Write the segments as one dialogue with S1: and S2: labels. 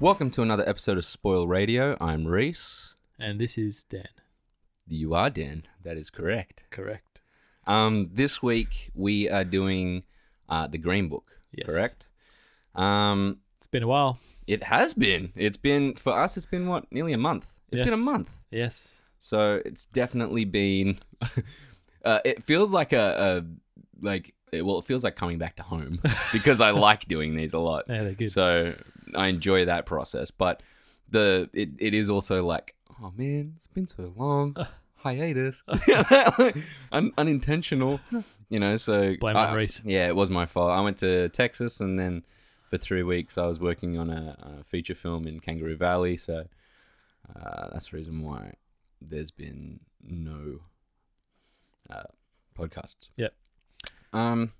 S1: Welcome to another episode of Spoil Radio. I'm Reese.
S2: And this is Dan.
S1: You are Dan. That is correct.
S2: Correct.
S1: Um, this week we are doing uh, the Green Book.
S2: Yes.
S1: Correct. Um,
S2: It's been a while.
S1: it has been. It's been for us. It's been what nearly a month. It's been a
S2: Yes.
S1: month.
S2: Yes.
S1: So it's definitely been. uh, it feels like a, a like it- well, it feels like coming back to home because I like doing these a lot.
S2: Yeah, they're good.
S1: So I enjoy that process, but the it, it is also like oh man, it's been so long. Hiatus, Un- unintentional, you know. So
S2: Blame it
S1: I-
S2: on Reese.
S1: Yeah, it was my fault. I went to Texas, and then for three weeks I was working on a, a feature film in Kangaroo Valley. So uh, that's the reason why there's been no uh, podcasts.
S2: Yep.
S1: Um,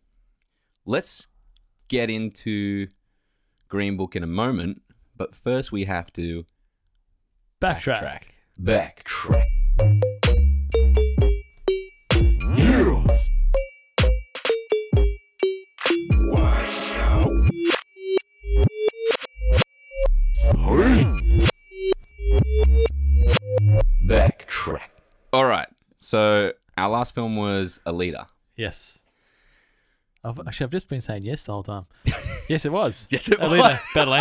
S1: let's get into Green Book in a moment, but first we have to
S2: Backtrack.
S1: Backtrack.
S3: Backtrack.
S1: All right. So our last film was Alita.
S2: Yes. I've, actually, I've just been saying yes the whole time. yes, it was.
S1: Yes, it
S2: Alita, Battle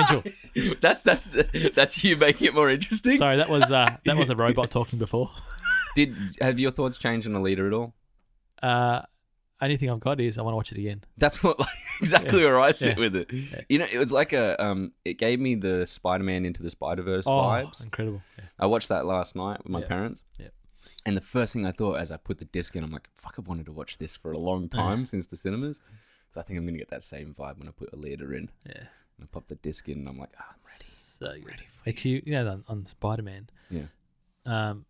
S2: Angel.
S1: that's that's that's you making it more interesting.
S2: Sorry, that was uh, that was a robot talking before.
S1: Did have your thoughts changed on Alita at all?
S2: Uh, only thing I've got is I want to watch it again.
S1: That's what like, exactly where I sit
S2: yeah,
S1: with it. You know, it was like a um, it gave me the Spider-Man into the Spider-Verse
S2: Oh,
S1: vibes.
S2: incredible! Yeah.
S1: I watched that last night with my
S2: Yeah.
S1: parents.
S2: Yeah.
S1: And the first thing I thought as I put the disc in, I'm like, fuck, I've wanted to watch this for a long time since the cinemas. So I think I'm gonna get that same vibe when I put Alita in.
S2: Yeah.
S1: And I pop the disc in, and I'm like, ah, I'm ready.
S2: So good. Like you, you know, on, on Spider Man.
S1: Yeah.
S2: Um,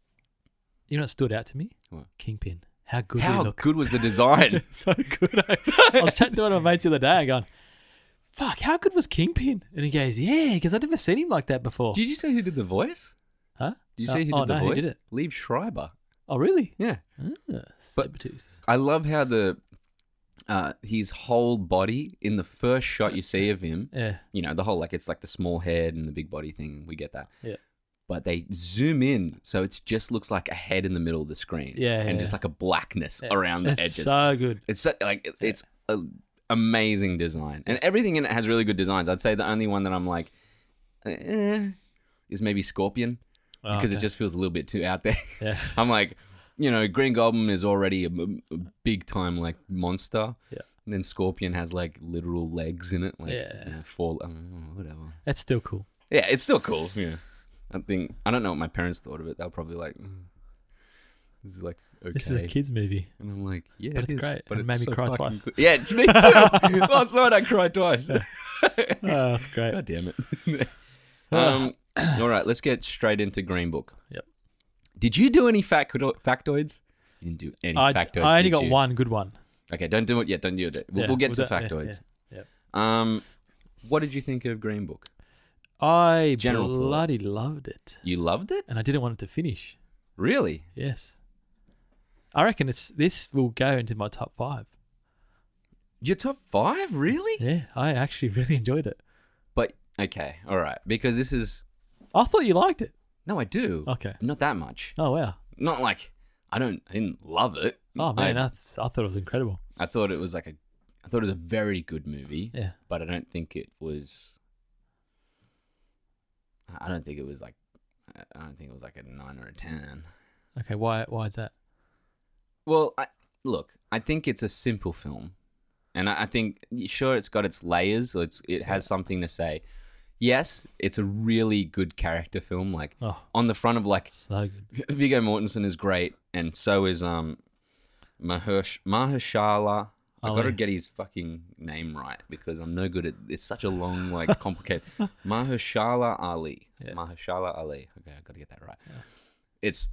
S2: you know what stood out to me?
S1: What?
S2: Kingpin. How good did he
S1: How
S2: look?
S1: good was the design?
S2: so good. eh? I, I was chatting to one of my mates the other day and going, fuck, how good was Kingpin? And he goes, yeah, because I'd never seen him like that before.
S1: Did you say who did the voice?
S2: huh?
S1: Did you
S2: Uh,
S1: say who did
S2: oh,
S1: the
S2: no, who
S1: voice?
S2: did it?
S1: Leave Schreiber.
S2: Oh, really?
S1: Yeah.
S2: Ah, Sabretooth.
S1: I love how the uh his whole body in the first shot you see of him,
S2: Yeah.
S1: you know, the whole like it's like the small head and the big body thing, we get that.
S2: Yeah.
S1: But they zoom in so it just looks like a head in the middle of the screen.
S2: Yeah,
S1: And
S2: yeah.
S1: just like a blackness
S2: Yeah.
S1: around the
S2: It's
S1: edges.
S2: so good.
S1: it's so, like it- it's a amazing design. And everything in it has really good designs. I'd say the only one that I'm like eh, is maybe Scorpion
S2: Oh,
S1: because it
S2: okay.
S1: just feels a little bit too out there.
S2: Yeah.
S1: I'm like, you know, Green Goblin is already a, m- a big time like monster.
S2: Yeah.
S1: And then Scorpion has like literal legs in it, like
S2: Yeah.
S1: you know, four, I don't know, whatever.
S2: That's still cool.
S1: Yeah, it's still cool. Yeah. I think I don't know what my parents thought of it. They were probably like, mm, "This is like okay,"
S2: This is a kids' movie.
S1: and I'm like, "Yeah,
S2: But
S1: it
S2: it's
S1: is,
S2: great,
S1: But
S2: and it made me
S1: so
S2: cry
S1: fucking
S2: twice.
S1: cool." Yeah, it's me too. Last night I cried twice.
S2: Oh, that's great.
S1: God damn it. um, all right, let's get straight into Green Book.
S2: Yep.
S1: Did you do any facto- factoids? You didn't do any
S2: I,
S1: factoids.
S2: I only
S1: did
S2: got
S1: you?
S2: one good one.
S1: Okay, don't do it yet. Don't do it. We'll,
S2: Yeah,
S1: we'll get
S2: was
S1: to
S2: that- yeah,
S1: factoids.
S2: yeah, yep.
S1: Um, what did you think of Green Book?
S2: I
S1: General thought.
S2: bloody loved it.
S1: You loved it?
S2: And I didn't want it to finish.
S1: Really?
S2: Yes. I reckon it's this will go into my top five.
S1: Your top five? Really?
S2: Yeah, I actually really enjoyed it.
S1: But okay, all right. Because this is
S2: I thought you liked it.
S1: no, I do.
S2: Okay.
S1: Not that much.
S2: Oh wow.
S1: Not like I don't. I didn't love it.
S2: Oh
S1: I-
S2: man, I, th- I thought it was incredible.
S1: I thought it was like a, I thought it was a very good movie.
S2: Yeah.
S1: but I don't think it was. I- I don't think it was like, I- I don't think it was like a nine or a ten.
S2: Okay. Why? Why is that?
S1: Well, I, look, I think it's a simple film, and I, I think sure it's got its layers, or it's it has something to say. Yes, it's a really good character film. Like
S2: Oh,
S1: on the front of like
S2: so good.
S1: Viggo Mortensen is great, and so is um Mahersh Mahershala. I
S2: Ali.
S1: gotta get his fucking name right because I'm no good at. It's such a long, like, complicated. Mahershala Ali.
S2: Yeah.
S1: Mahershala Ali. Okay, I gotta get that right. It's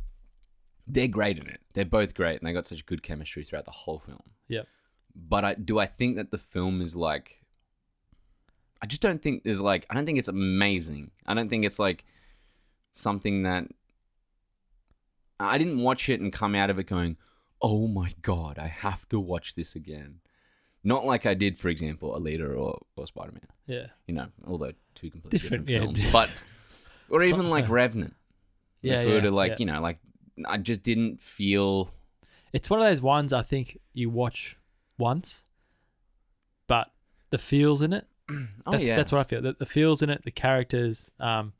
S1: they're great in it. They're both great, and they got such good chemistry throughout the whole film.
S2: Yep.
S1: But I do I think that the film is like. I just don't think there's like I don't think it's amazing. I don't think it's like something that I didn't watch it and come out of it going, "Oh my god, I have to watch this again." Not like I did, for example, Alita or, or Spider Man.
S2: Yeah.
S1: You know, although two completely different,
S2: Different, yeah,
S1: films, but or even
S2: Some-
S1: like
S2: yeah.
S1: Revenant.
S2: Yeah.
S1: if we were
S2: yeah,
S1: to like
S2: yeah.
S1: you know like I just didn't feel
S2: It's one of those ones I think you watch once, but the feels in it.
S1: oh
S2: That's
S1: yeah
S2: that's what I feel. The, the feels in it, the characters, um,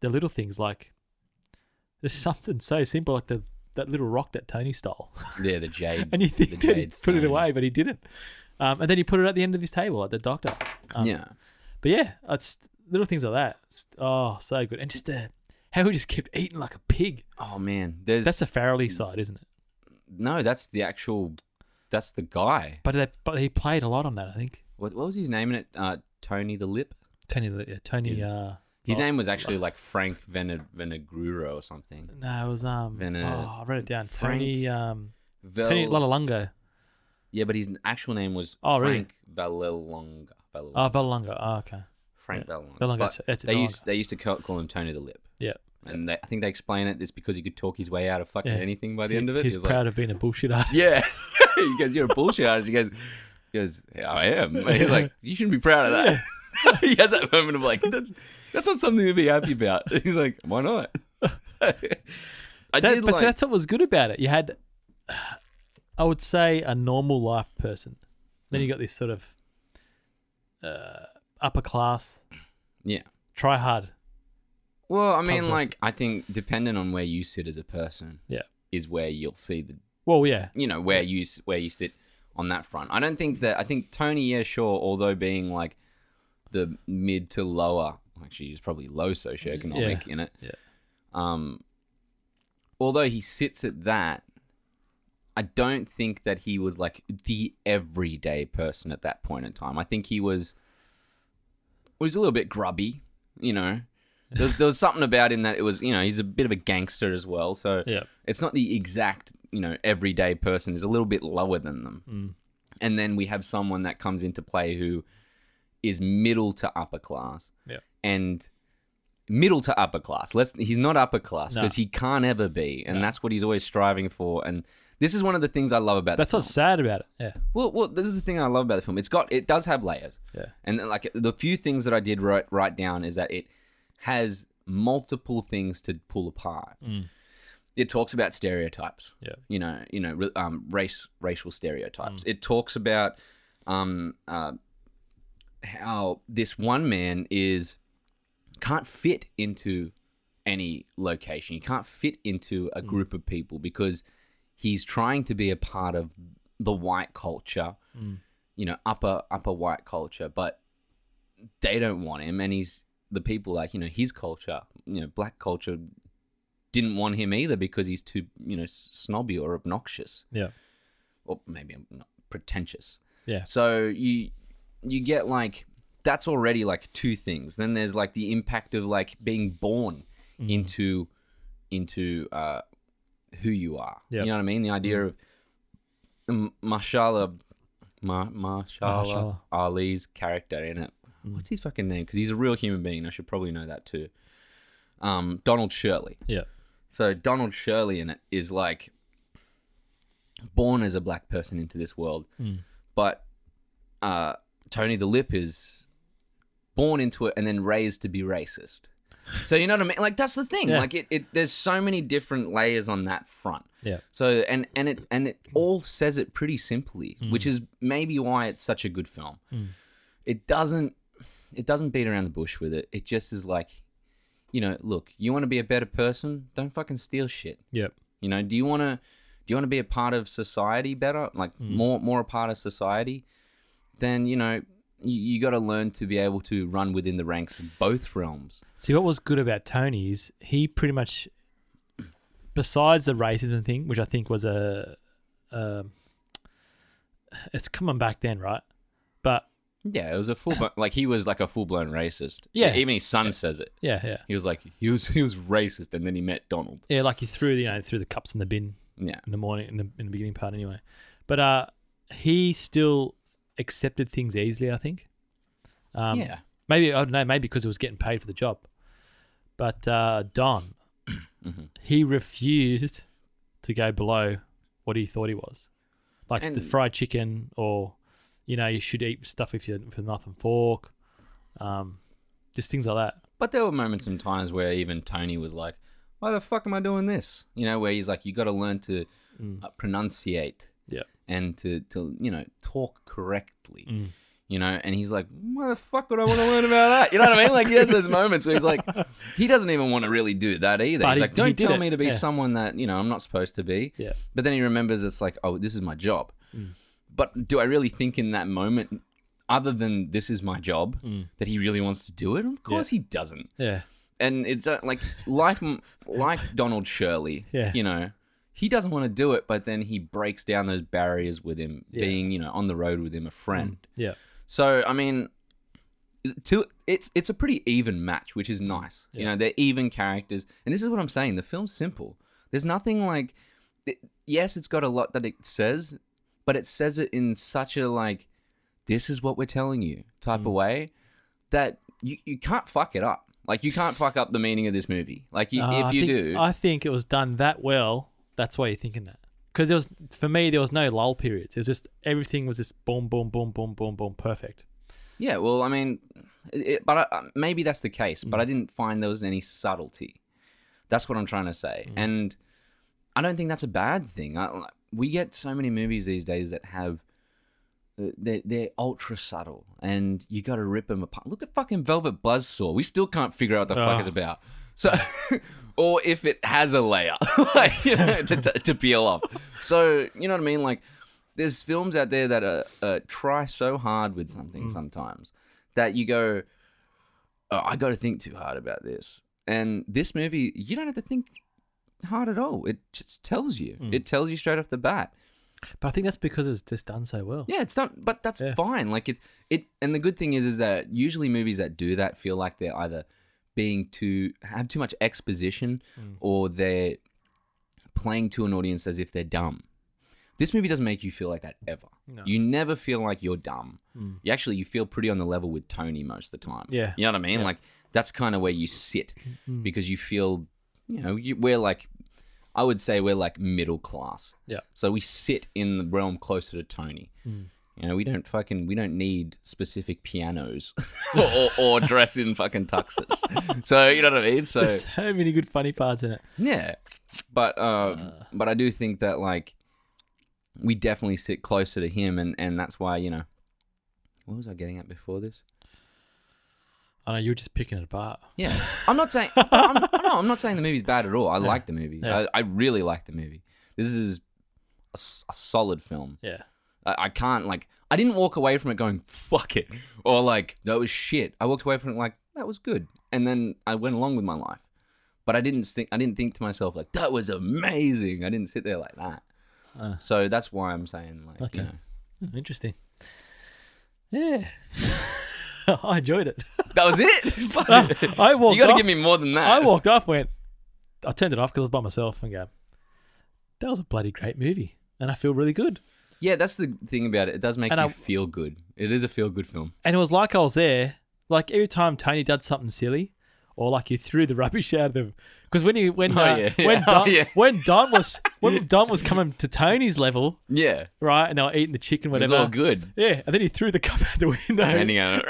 S2: the little things like there's something so simple like the that little rock that Tony stole.
S1: yeah the jade
S2: and you
S1: the
S2: think that he
S1: jade
S2: put it
S1: stone.
S2: away, but he didn't. Um, and then he put it at the end of his table at the doctor. Um,
S1: yeah
S2: But yeah, it's little things like that. It's- oh, so good. And just uh, how he just kept eating like a pig.
S1: oh man there's
S2: That's the Farrelly side, isn't it?
S1: no that's the actual that's the guy
S2: But that, but he played a lot on that, I think.
S1: what, what was his name in it uh, Tony the Lip
S2: Tony, yeah, Tony.
S1: Yes.
S2: Uh,
S1: his
S2: Oh.
S1: name was actually like Frank Vene- Venegruero or something
S2: no, it was um.
S1: Vene-
S2: oh, I wrote it down.
S1: Frank-
S2: Tony. Um.
S1: Vel-
S2: Tony Lalonga.
S1: yeah but his actual name was
S2: Oh, really?
S1: Frank Vallelonga Vallelonga.
S2: Oh, Vallelonga. Oh, okay.
S1: Frank Vallelonga
S2: Vallelonga.
S1: But
S2: It's, it's
S1: they
S2: Vallelonga.
S1: used they used to ca- call him Tony the Lip
S2: Yeah.
S1: and they, I think they explain it. It's because he could talk his way out of fucking
S2: Yeah.
S1: anything by the end of it.
S2: He's
S1: He was like,
S2: proud of being a bullshit artist.
S1: Yeah. he goes, You're a bullshit artist. He goes, he goes, "Yeah, I am. And he's like, You shouldn't be proud of that. he has that moment of like, that's that's not something to be happy about. He's like, Why not? I
S2: That-
S1: did
S2: but see,
S1: like,
S2: that's what was good about it. You had, I would say, a normal life person. Then
S1: Hmm.
S2: you got this sort of uh, upper class,
S1: Yeah.
S2: try hard.
S1: Well, I
S2: Tough
S1: mean,
S2: person.
S1: like, I think dependent on where you sit as a person,
S2: Yeah.
S1: is where you'll see the
S2: Well, yeah,
S1: you know where you s- where you sit on that front. I don't think that I think Tony, yeah, sure, although being like the mid to lower, actually he's probably low socioeconomic in it.
S2: yeah.
S1: Um, although he sits at that, I don't think that he was like the everyday person at that point in time. I think he was was a little bit grubby, you know. There was, there was something about him that it was, you know, he's a bit of a gangster as well. So
S2: yeah,
S1: it's not the exact you know everyday person is a little bit lower than them
S2: Mm.
S1: and then we have someone that comes into play who is middle to upper class
S2: Yeah.
S1: and middle to upper class let's he's not upper class
S2: No.
S1: because he can't ever be and
S2: No.
S1: that's what he's always striving for and this is one of the things i love about
S2: that's
S1: the
S2: what's sad about it. Yeah,
S1: well, well, this is the thing I love about the film. It's got it does have layers.
S2: Yeah.
S1: And like the few things that I did write write down is that it has multiple things to pull apart.
S2: Mm.
S1: It talks about stereotypes.
S2: Yeah. Mm.
S1: You know, you know, re- um, race racial stereotypes. It talks about um uh, how this one man is can't fit into any location. He can't fit into
S2: Mm.
S1: a group of people because he's trying to be a part of the white culture, you know, upper upper white culture, but they don't want him, and he's the people like you know his culture, you know, black culture didn't want him either because he's too you know s- snobby or obnoxious
S2: yeah,
S1: or maybe I'm not pretentious.
S2: Yeah.
S1: So you you get like that's already like two things. Then there's like the impact of like being born
S2: Mm-hmm.
S1: into into uh, who you are.
S2: Yep. Mm.
S1: You know what I mean? The idea of um, Mashallah, Ma- Mashallah,
S2: Mahershala.
S1: Ali's character in it.
S2: Mm.
S1: What's his fucking name? Because he's a real human being. I should probably know that too. Um, Donald Shirley.
S2: yeah,
S1: So Donald Shirley in it is like born as a black person into this world, but uh, Tony the Lip is born into it and then raised to be racist. So you know what I mean? Like that's the thing.
S2: Yeah.
S1: Like it, it, there's so many different layers on that front.
S2: yeah,
S1: So and and it and it all says it pretty simply,
S2: Mm.
S1: which is maybe why it's such a good film. It doesn't it doesn't beat around the bush with it. It just is like, you know, look, you want to be a better person, don't fucking steal shit.
S2: yeah.
S1: You know, do you want to do you want to be a part of society better, like
S2: Mm.
S1: more more a part of society? Then you know you, you got to learn to be able to run within the ranks of both realms.
S2: See, what was good about Tony is he pretty much, besides the racism thing, which I think was a, um, it's coming back then, right? But
S1: Yeah, it was a full blown, like he was like a full blown racist.
S2: Yeah.
S1: even his son says it.
S2: yeah, yeah,
S1: He was like he was he was racist, and then he met Donald.
S2: yeah. Like he threw, you know, threw the cups in the bin
S1: Yeah,
S2: in the morning in the, in the beginning part anyway but uh he still accepted things easily i think um
S1: yeah,
S2: maybe i don't know maybe because it was getting paid for the job but uh don
S1: Mm-hmm.
S2: he refused to go below what he thought he was like the
S1: And-
S2: fried chicken or you know, you should eat stuff if you're with a knife and fork, um, just things like that.
S1: But there were moments and times where even Tony was like, "Why the fuck am I doing this?" You know, where he's like, "You got to learn to uh, pronunciate
S2: Mm. Yeah.
S1: and to to you know talk correctly."
S2: Mm.
S1: You know, and he's like, "Why the fuck would I want to learn about that?" You know what I mean? Like he has those moments where he's like, he doesn't even want to really do that either.
S2: But
S1: he's
S2: he-
S1: like,
S2: he
S1: "Don't
S2: did
S1: tell
S2: it."
S1: me to be
S2: Yeah.
S1: someone that you know I'm not supposed to be."
S2: Yeah.
S1: But then he remembers it's like, "Oh, this is my job."
S2: Mm.
S1: But do I really think in that moment, other than this is my job, that he really wants to do it? Of course he doesn't
S2: Mm. Yeah.
S1: and it's uh, like like like Donald Shirley,
S2: Yeah.
S1: you know, he doesn't want to do it, but then he breaks down those barriers with him
S2: Yeah.
S1: being, you know, on the road with him, a friend.
S2: Yeah.
S1: So I mean, to it's it's a pretty even match, which is nice. You know, they're even characters, and this is what I'm saying. The film's simple. There's nothing like, it, yes, it's got a lot that it says, but it says it in such a like, this is what we're telling you type
S2: Mm.
S1: of way that you, you can't fuck it up. Like you can't fuck up the meaning of this movie. Like you,
S2: Uh, I
S1: if you
S2: think,
S1: do,
S2: I think it was done that well. That's why you're thinking that. Because there was, for me, there was no lull periods. It was just everything was just boom, boom, boom, boom, boom, boom, perfect.
S1: yeah. Well, I mean, it, but I, maybe that's the case.
S2: Mm.
S1: But I didn't find there was any subtlety. That's what I'm trying to say. And I don't think that's a bad thing. I, we get so many movies these days that have uh, they're, they're ultra subtle, and you got to rip them apart. Look at fucking Velvet Buzzsaw. We still can't figure out what the fuck
S2: Oh.
S1: it's about. So, or if it has a layer, like, you know, to, to, to peel off. So you know what I mean? Like, there's films out there that are, uh, try so hard with something sometimes that you go, oh, I got to think too hard about this. And this movie, you don't have to think hard at all. It just tells you. It tells you straight off the bat.
S2: But I think that's because it was just done so well.
S1: Yeah, it's not, but that's
S2: Yeah.
S1: fine. Like it, it, and the good thing is, is that usually movies that do that feel like they're either being too have too much exposition
S2: Mm.
S1: or they're playing to an audience as if they're dumb. This movie doesn't make you feel like that ever.
S2: No. Mm.
S1: You never feel like you're dumb. You actually you feel pretty on the level with Tony most of the time.
S2: Yeah. Mm.
S1: you know what I mean. Like that's kind of where you sit because you feel, you know, you, we're like, I would say we're like middle class.
S2: Yeah.
S1: So we sit in the realm closer to Tony.
S2: Hmm.
S1: You know, we don't fucking we don't need specific pianos or, or, or dress in fucking tuxes. so you know what I mean. So
S2: There's so many good funny parts in it.
S1: yeah, but um,
S2: Uh.
S1: but I do think that like we definitely sit closer to him, and and that's why you know. What was I getting at before this?
S2: I know you were just picking it apart.
S1: Yeah, I'm not saying. I'm, no, I'm not saying the movie's bad at all. I like the movie.
S2: Yeah.
S1: I, I really like the movie. This is a, s- a solid film.
S2: Yeah.
S1: I, I can't like. I didn't walk away from it going fuck it or like that was shit. I walked away from it like that was good, and then I went along with my life. But I didn't think. I didn't think to myself like that was amazing. I didn't sit there like that.
S2: Uh.
S1: so that's why I'm saying like
S2: Okay.
S1: you know,
S2: Hmm, Interesting. Yeah. I enjoyed it.
S1: that was it. Fuck it.
S2: I
S1: you
S2: walked
S1: got to
S2: off-
S1: give me more than that.
S2: I walked off, went, I turned it off because I was by myself and go, that was a bloody great movie. And I feel really good.
S1: Yeah, that's the thing about it. It does make
S2: And
S1: you
S2: I-
S1: feel good. It is a feel good film.
S2: And it was like I was there. Like every time Tony did something silly, or like you threw the rubbish out of them, because when he when
S1: Oh,
S2: uh,
S1: yeah, yeah.
S2: when
S1: Oh,
S2: Don,
S1: yeah.
S2: when Don was when Don was coming to Tony's level,
S1: Yeah,
S2: right, and they were eating the chicken,
S1: it was
S2: whatever.
S1: all good.
S2: Yeah, and then he threw the cup out the window.
S1: And you go,
S2: and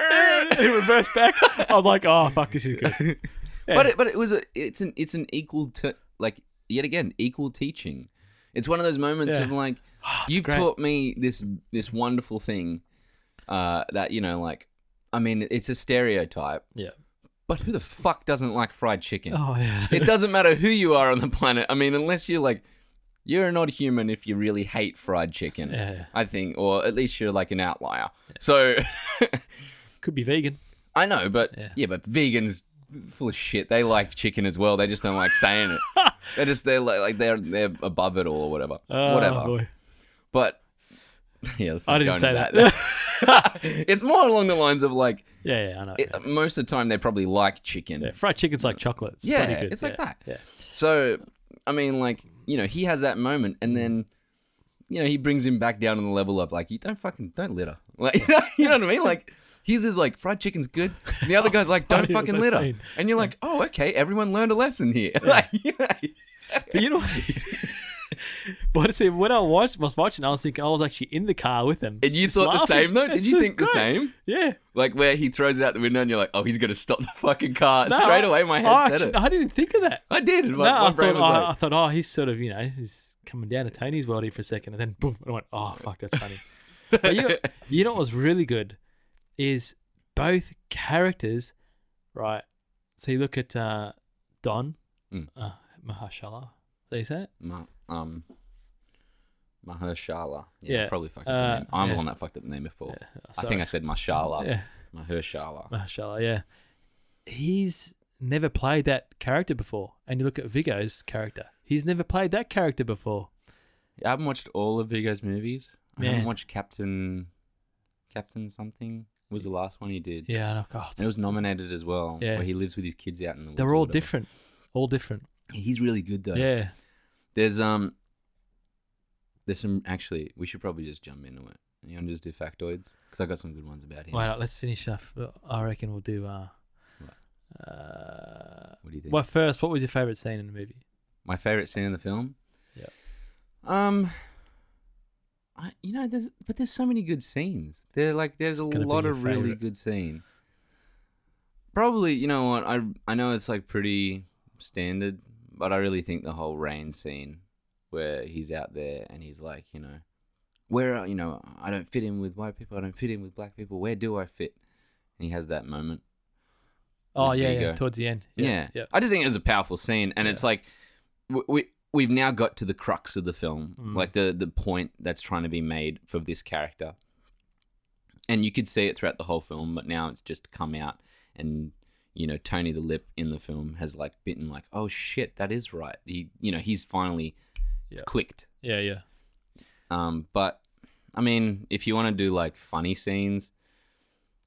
S1: "Eh."
S2: he reversed back. I'm like, oh fuck, this is good.
S1: but it, but it was a it's an it's an equal to like yet again equal teaching. It's one of those moments
S2: Yeah. Oh,
S1: of like you've
S2: great.
S1: taught me this this wonderful thing uh, that you know like I mean it's a stereotype,
S2: Yeah.
S1: but who the fuck doesn't like fried chicken?
S2: Oh yeah.
S1: It doesn't matter who you are on the planet. I mean unless you're like you're an odd human if you really hate fried chicken.
S2: Yeah.
S1: I think, or at least you're like an outlier. So
S2: Could be vegan.
S1: I know, but yeah.
S2: Yeah.
S1: but vegans full of shit. They like chicken as well. They just don't like saying it. they just they're like, like they're they're above it all or whatever.
S2: Oh,
S1: whatever.
S2: boy.
S1: But yeah, let's not
S2: I didn't
S1: go
S2: say
S1: into
S2: that.
S1: it's more along the lines of like
S2: yeah, yeah, I know.
S1: it,
S2: yeah.
S1: most of the time they probably like chicken.
S2: Yeah, fried chicken's like chocolate. It's
S1: Yeah,
S2: bloody good.
S1: it's like
S2: yeah.
S1: that.
S2: Yeah.
S1: So I mean, like you know, he has that moment, and then. You know, he brings him back down on the level of like, you don't fucking don't litter. Like, you know what I mean? Like, he's is like fried chicken's good. And the other guy's like, don't
S2: Oh, funny was
S1: fucking
S2: that
S1: litter.
S2: scene?
S1: And you're like, oh, okay, everyone learned a lesson here. Like, yeah.
S2: But you know, But see, when I watched, was watching, I was thinking I was actually in the car with him.
S1: And you
S2: Just
S1: thought the
S2: laughing.
S1: same though? Did
S2: It's
S1: you
S2: so
S1: think the
S2: good.
S1: same?
S2: Yeah.
S1: Like where he throws it out the window and you're like, oh, he's gonna stop the fucking car.
S2: No,
S1: Straight
S2: I-
S1: away, my head
S2: I
S1: said
S2: actually-
S1: it.
S2: I didn't think of that.
S1: I did. and
S2: No,
S1: My, my
S2: I,
S1: brain
S2: thought,
S1: was
S2: oh,
S1: like,
S2: I thought, oh, he's sort of, you know, he's coming down to Tony's world here for a second. And then boom, I went, oh, fuck, that's funny. uh, But you, you know what was really good is both characters, right? So you look at uh, Don
S1: Mm.
S2: uh, Mahashala. Is that you say it?
S1: Ma- um, Mahershala.
S2: Yeah,
S1: Yeah, probably fucked up
S2: uh,
S1: the name. I'm
S2: yeah.
S1: the one that fucked up the name before.
S2: Yeah,
S1: I
S2: sorry.
S1: think I said Mashallah.
S2: yeah,
S1: Mahershala.
S2: Mahashala. Yeah, he's never played that character before. And you look at Vigo's character; he's never played that character before.
S1: Yeah, I haven't watched all of Vigo's movies. I
S2: Man.
S1: haven't watched Captain. Captain something was the last one he did.
S2: Yeah, and I oh,
S1: And It was nominated as well.
S2: Yeah.
S1: Where he lives with his kids out in the woods.
S2: they're
S1: or
S2: all
S1: whatever.
S2: different, all different.
S1: He's really good though.
S2: Yeah,
S1: There's um. There's some actually. We should probably just jump into it. You want to just do factoids? Because I got some good ones about him.
S2: why not? Let's finish off. I reckon we'll do. Uh, uh,
S1: What do you think?
S2: well, first, what was your favorite scene in the movie?
S1: my favorite scene in the film.
S2: Yeah.
S1: Um. I you know there's but there's so many good scenes. There like there's a
S2: gonna be
S1: lot
S2: your
S1: of really
S2: favorite.
S1: good scene. Probably you know what I I know it's like pretty standard, but I really think the whole rain scene where he's out there and he's like you know where are you know I don't fit in with white people I don't fit in with black people where do I fit and he has that moment
S2: Oh
S1: With
S2: yeah, yeah,
S1: Vigo.
S2: towards the end.
S1: yeah.
S2: yeah.
S1: I just think it was a powerful scene, and it's like we, we we've now got to the crux of the film,
S2: Mm.
S1: like the the point that's trying to be made for this character, and you could see it throughout the whole film, but now it's just come out, and you know Tony the Lip in the film has like bitten like oh shit that is right he you know he's finally it's
S2: Yeah.
S1: clicked,
S2: yeah, yeah.
S1: um but I mean if you want to do like funny scenes.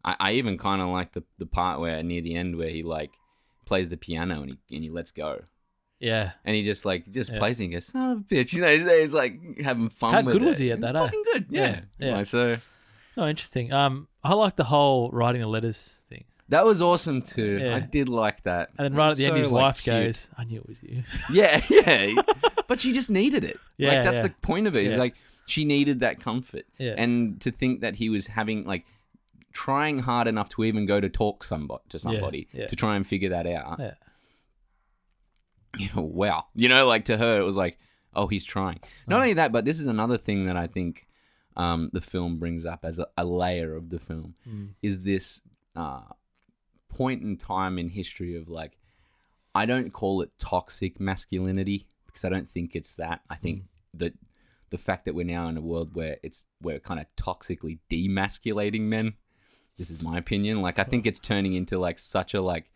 S1: I, I even kind of like the, the part where near the end where he like plays the piano and he, and he lets go
S2: Yeah.
S1: and he just like just
S2: Yeah.
S1: plays it and goes son of a bitch you know he's, he's like having fun
S2: How
S1: with
S2: good
S1: it.
S2: was he at
S1: It
S2: that, eh?
S1: fucking good yeah
S2: Yeah,
S1: You
S2: yeah.
S1: know, so
S2: Oh, interesting. Um, I like the whole writing the letters thing,
S1: that was awesome too
S2: Yeah.
S1: I did like that
S2: and then right at
S1: It's
S2: the end,
S1: so,
S2: his
S1: like,
S2: wife
S1: cute.
S2: goes, "I knew it was you."
S1: yeah yeah but she just needed it
S2: Yeah,
S1: like that's
S2: yeah.
S1: the point of it
S2: Yeah.
S1: it's like she needed that comfort
S2: Yeah.
S1: and to think that he was having like trying hard enough to even go to talk somebody to somebody
S2: yeah.
S1: to try and figure that out
S2: Yeah.
S1: you know, wow. You know, like to her, it was like, oh, he's trying. Not only that, but this is another thing that I think um, the film brings up as a, a layer of the film
S2: Mm.
S1: is this uh, point in time in history of like, I don't call it toxic masculinity because I don't think it's that. I think
S2: Mm.
S1: that the fact that we're now in a world where it's we're kind of toxically demasculating men. This is my opinion. Like, I think it's turning into like such a like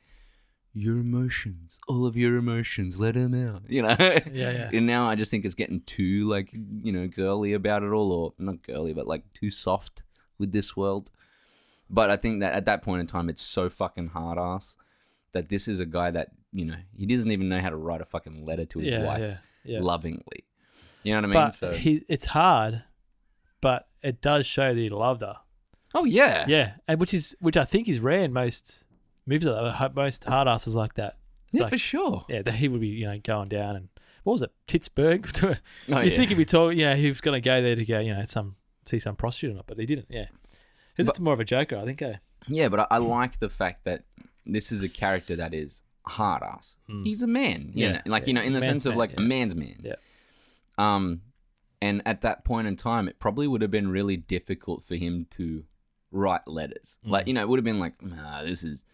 S1: your emotions, all of your emotions, let them out. You know?
S2: yeah.
S1: And now I just think it's getting too like you know girly about it all, or not girly, but like too soft with this world. But I think that at that point in time, it's so fucking hard ass that this is a guy that you know he doesn't even know how to write a fucking letter to his
S2: yeah,
S1: wife
S2: yeah, yeah.
S1: lovingly. You know what I mean?
S2: but
S1: so
S2: he, it's hard, but it does show that he loved her.
S1: oh yeah,
S2: Yeah, and which is which I think is rare in most movies. Like that. most hard asses like that. It's
S1: Yeah,
S2: like,
S1: for sure.
S2: yeah, that he would be you know going down and what was it, Pittsburgh?
S1: Oh,
S2: you
S1: yeah.
S2: think he'd be talking? Yeah, he was gonna go there to go, you know, some see some prostitute or not, but he didn't. Yeah, he's
S1: But-
S2: just more of a joker, I think. Eh?
S1: Yeah, but I, I like the fact that this is a character that is hard ass. He's a man.
S2: Hmm. Yeah,
S1: Yeah. Like, you know, in the
S2: Man's
S1: sense of
S2: man,
S1: like
S2: yeah.
S1: a man's man.
S2: Yeah.
S1: Um and at that point in time it probably would have been really difficult for him to write letters.
S2: Mm.
S1: Like, you know, it would have been like, nah, this is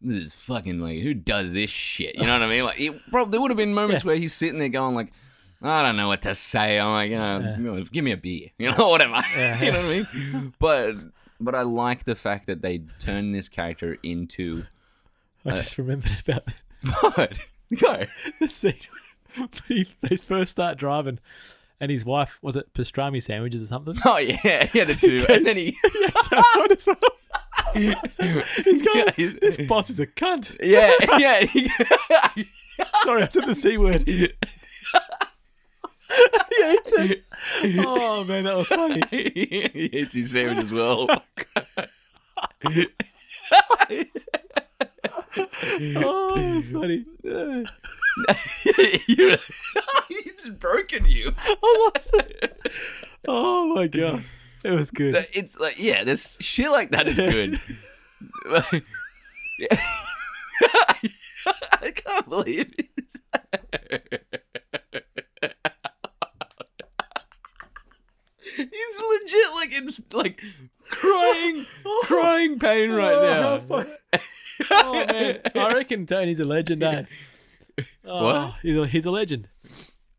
S1: this is fucking like who does this shit? You know what I mean? Like it probably there would have been moments where he's sitting there going like I don't know what to say. I'm like, uh, give me a beer, you know, whatever. you know what I mean? But but I like the fact that they turn this character into
S2: I
S1: Uh,
S2: just remembered about
S1: what? Go.
S2: the scene. when he- they first start driving, and his wife was it pastrami sandwiches or something?
S1: Oh yeah, yeah, the two, and then he,
S2: yeah, I saw it as well. he's going.
S1: Yeah, he's-
S2: this boss is a cunt.
S1: yeah, yeah, he-
S2: Sorry, I said the c word. yeah, it's a, Oh man, that was funny.
S1: he hits his sandwich as well.
S2: Oh, that's funny.
S1: You- it's broken you.
S2: I lost it. Oh my god, it was good.
S1: It's like yeah, there's shit like that is good. Yeah. I can't believe it. He's legit like it's like crying, crying pain
S2: Oh,
S1: right now.
S2: fuck. Oh man, I reckon Tony's a legend. Eh? Oh,
S1: What? Uh,
S2: He's a, he's a legend.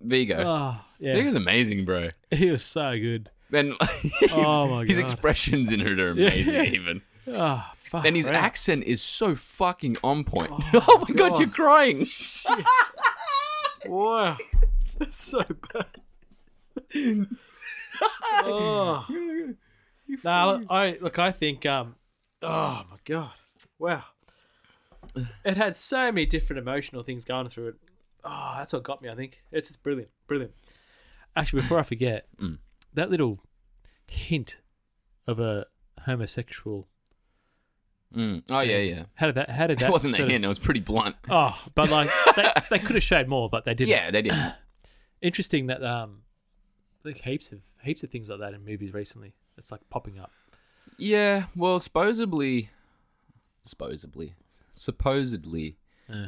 S1: Vigo,
S2: Oh yeah,
S1: Vigo's amazing, bro.
S2: he was so good.
S1: Then
S2: Oh my
S1: his
S2: God.
S1: expressions in it are amazing,
S2: Yeah.
S1: even.
S2: Oh fuck.
S1: And his
S2: right.
S1: accent is so fucking on point. Oh,
S2: Oh,
S1: my god,
S2: God.
S1: you're crying.
S2: Wow, it's so bad. oh. Nah, look, I look. I think. Um. Oh my god! Wow. It had so many different emotional things going through it. Oh, that's what got me. I think it's just brilliant, brilliant. Actually, before I forget,
S1: Mm.
S2: that little hint of a homosexual.
S1: Mm. Oh yeah,
S2: scene,
S1: yeah.
S2: How did that? How did that?
S1: That wasn't a
S2: sort of-
S1: hint. It was pretty blunt.
S2: Oh, but like they, they could have showed more, but they didn't.
S1: Yeah, they did.
S2: Interesting that um, like heaps of heaps of things like that in movies recently. It's like popping up.
S1: yeah, well, supposedly, supposedly, supposedly,
S2: Uh,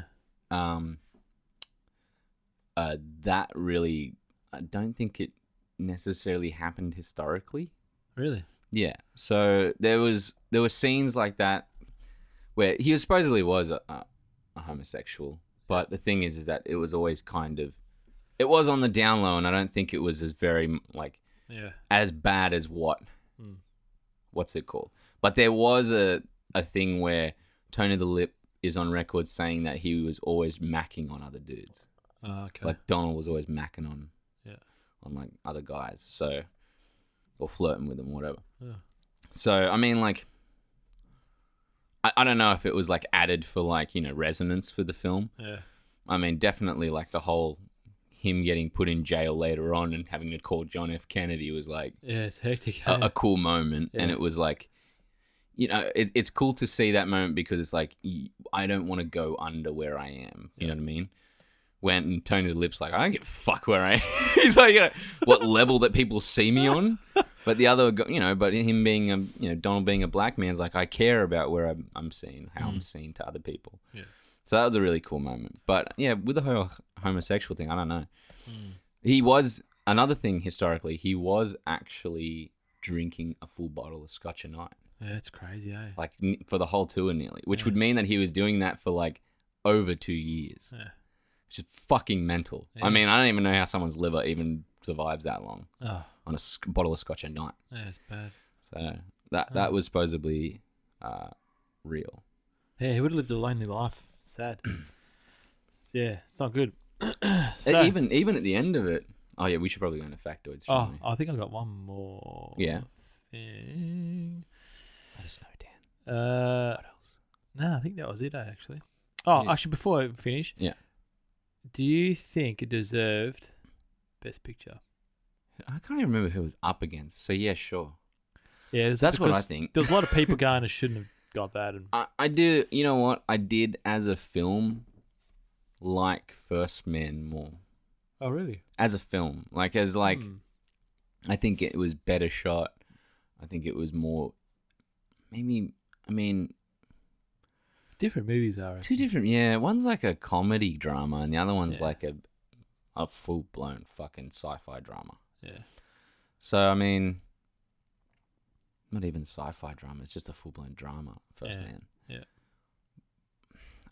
S1: um, uh, that really, I don't think it necessarily happened historically.
S2: really?
S1: Yeah. So there was there were scenes like that where he supposedly was a, a, a homosexual, but the thing is, is that it was always kind of it was on the down low, and I don't think it was as very like
S2: Yeah.
S1: as bad as what
S2: Hmm.
S1: what's it called? But there was a a thing where Tony the Lip is on record saying that he was always macking on other dudes.
S2: Oh, okay.
S1: Like Donald was always macking on,
S2: Yeah.
S1: on like other guys. So, or flirting with them, whatever.
S2: Yeah.
S1: So I mean, like, I, I don't know if it was like added for like you know resonance for the film.
S2: yeah.
S1: I mean, definitely like the whole him getting put in jail later on and having to call John F. Kennedy was like
S2: Yeah, it's hectic. eh?
S1: a, a cool moment, and
S2: Yeah.
S1: it was like. You know, it, it's cool to see that moment because it's like y- I don't want to go under where I am. You know what I mean? When Tony the Lip's like, I don't give a fuck where I am. He's like, you know, what level that people see me on. But the other, go- you know, but him being a, you know, Donald being a black man's like, I care about where I'm, I'm seen, how I'm seen to other people.
S2: Mm. Yeah.
S1: So that was a really cool moment. But yeah, with the whole homosexual thing, I don't know.
S2: Mm.
S1: He was another thing historically. He was actually drinking a full bottle of scotch a night,
S2: yeah, it's crazy, eh?
S1: like n- for the whole tour nearly, which would mean that he was doing that for like over two years,
S2: Yeah.
S1: which is fucking mental.
S2: Yeah.
S1: I mean, I don't even know how someone's liver even survives that long
S2: Oh,
S1: on a sc- bottle of scotch a night.
S2: yeah, it's bad.
S1: So that
S2: Mm.
S1: that was supposedly uh, real.
S2: Yeah, he would have lived a lonely life. Sad. yeah, it's not good.
S1: E-
S2: So-
S1: even even at the end of it. Oh yeah, we should probably go into factoids.
S2: oh,
S1: Shouldn't we?
S2: I think I got one more.
S1: Yeah.
S2: Thing.
S1: Let us know, Dan.
S2: Uh,
S1: What else?
S2: no, I think that was it. eh, Actually. Oh,
S1: Yeah.
S2: actually, before I finish.
S1: Yeah.
S2: Do you think it deserved best picture?
S1: I can't even remember who it was up against. So yeah, sure.
S2: Yeah, it's
S1: That's what I
S2: because
S1: think.
S2: There was a lot of people going who shouldn't have got that, and
S1: I, I do. You know what? I did as a film like First Man more
S2: oh really?
S1: as a film. Like as like
S2: Hmm.
S1: I think it was better shot. I think it was more. Maybe I mean
S2: different movies are.
S1: two different. Yeah, one's like a comedy drama, and the other one's
S2: Yeah.
S1: like a a full blown fucking sci fi drama.
S2: Yeah.
S1: So I mean, not even sci-fi drama. It's just a full-blown drama. First
S2: Yeah,
S1: man.
S2: yeah.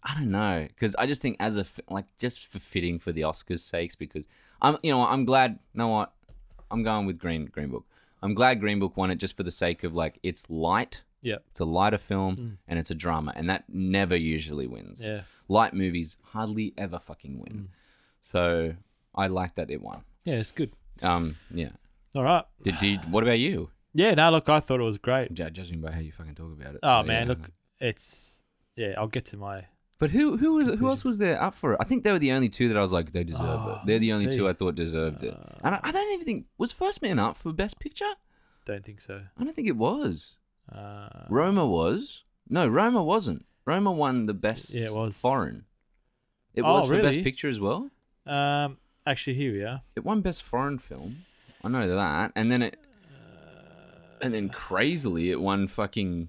S1: I don't know because I just think as a f- like just for fitting for the Oscars' sakes because I'm you know what, I'm glad. You know what? I'm going with Green Green Book. I'm glad Green Book won it just for the sake of like it's light.
S2: Yep.
S1: It's a lighter film
S2: Mm.
S1: and it's a drama, and that never usually wins.
S2: Yeah. Mm.
S1: Light movies hardly ever fucking win. So I like that it won.
S2: Yeah, it's good.
S1: Um, yeah.
S2: All right.
S1: Did, did what about you?
S2: Yeah, no, look, I thought it was great.
S1: Ju- judging by how you fucking talk about it.
S2: Oh
S1: so,
S2: man,
S1: yeah.
S2: look, it's yeah. I'll get to my
S1: But who who was who else was there up for it? I think they were the only two that I was like they deserve
S2: Oh,
S1: it. They're the
S2: let's
S1: only
S2: see.
S1: two I thought deserved it. And I, I don't even think was First Man up for Best Picture.
S2: don't think so.
S1: I don't think it was.
S2: Uh,
S1: Roma was. No, Roma wasn't. Roma won the best.
S2: Yeah, it was.
S1: foreign. It
S2: Oh,
S1: was for Best
S2: really?
S1: Picture as well.
S2: Um, actually, here we are.
S1: It won Best Foreign Film. I know that. And then it, and then crazily, it won fucking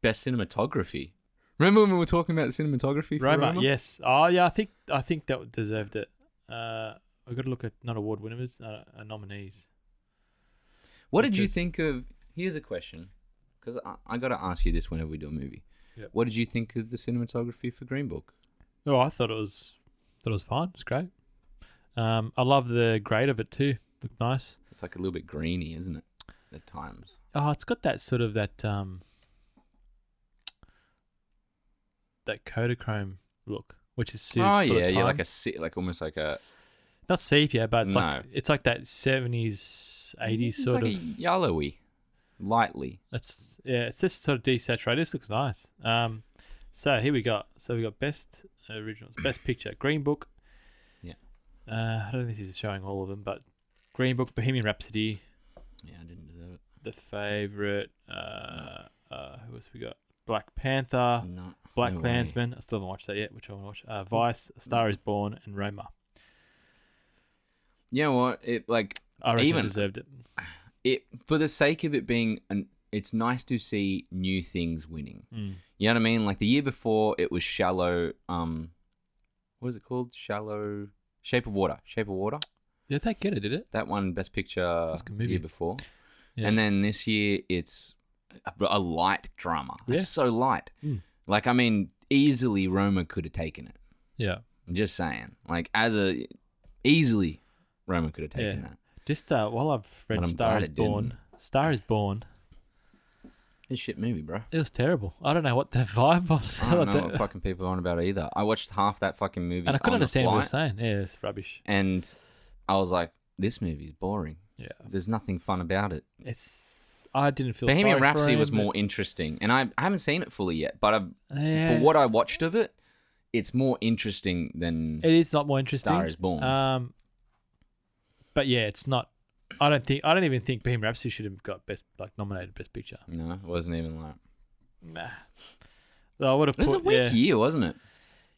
S1: Best Cinematography. Remember when we were talking about the cinematography? For
S2: Roma,
S1: Roma?
S2: yes. Oh, yeah. I think I think that deserved it. Uh, I got to look at not award winners, uh, uh, nominees.
S1: What did you
S2: Because-
S1: think of? Here's a question, because I, I got to ask you this whenever we do a movie.
S2: Yep.
S1: What did you think of the cinematography for Green Book?
S2: No, Oh, I thought it was thought it was fine. It's great. Um, I love the grade of it too. Looked nice.
S1: It's like a little bit greeny, isn't it? At times.
S2: Oh, it's got that sort of that um that Kodachrome look, which is suited
S1: oh
S2: for the
S1: yeah, yeah,
S2: time.
S1: like a se- like almost like a
S2: not sepia, but it's like
S1: No.
S2: it's like that seventies, eighties
S1: it's
S2: sort
S1: like
S2: of.
S1: a yellowy, lightly.
S2: That's yeah, it's just sort of desaturated. This looks nice. Um, so here we got so we got best originals, best picture, Green Book.
S1: Yeah.
S2: Uh, I don't think this is showing all of them, but Green Book, Bohemian Rhapsody,
S1: Yeah, I didn't deserve it.
S2: The Favorite. Uh, uh, who else we got? Black Panther,
S1: No,
S2: Black
S1: no way. Hmm.
S2: Klansman. I still haven't watched that yet, which I want to watch. Uh, Vice, A Star Is Born, and Roma.
S1: You know what? It like
S2: I reckon
S1: Even-
S2: it deserved it.
S1: it for the sake of it being an. It's nice to see new things winning.
S2: Mm.
S1: You know what I mean? Like the year before, it was shallow. Um, what is it called? Shallow. Shape of Water. Shape of Water.
S2: Did that get it? Did it?
S1: That one Best Picture
S2: a good
S1: the
S2: movie.
S1: year before.
S2: Yeah.
S1: And then this year, it's a, a light drama. It's
S2: Yeah.
S1: so light.
S2: Mm.
S1: Like I mean, easily Roma could have taken it.
S2: Yeah.
S1: I'm just saying. Like as a easily, Roma could have taken
S2: Yeah.
S1: that.
S2: Just uh, while I've read
S1: But I'm
S2: Star
S1: glad
S2: Is
S1: it
S2: Born, Star Is Born.
S1: It's a shit movie, bro.
S2: It was terrible. I don't know what that vibe was.
S1: I don't
S2: Like
S1: know
S2: that-
S1: what fucking people are on about either. I watched half that fucking movie,
S2: and I couldn't
S1: on the
S2: understand what he was
S1: flight,
S2: saying. Yeah, it's rubbish.
S1: and I was like, this movie's boring.
S2: Yeah,
S1: There's nothing fun about it.
S2: it's. I didn't feel.
S1: Bohemian
S2: sorry for
S1: Rhapsody
S2: him,
S1: was
S2: but-
S1: more interesting, and I, I haven't seen it fully yet. But I've,
S2: Yeah,
S1: for what I watched of it, it's more interesting than
S2: it is not more interesting.
S1: Star Is Born.
S2: Um, but yeah, it's not. I don't think. I don't even think Bohemian Rhapsody should have got best like nominated best picture.
S1: no, it wasn't even like
S2: Nah. Though I would have
S1: it was
S2: put.
S1: a weak
S2: yeah.
S1: year, wasn't it?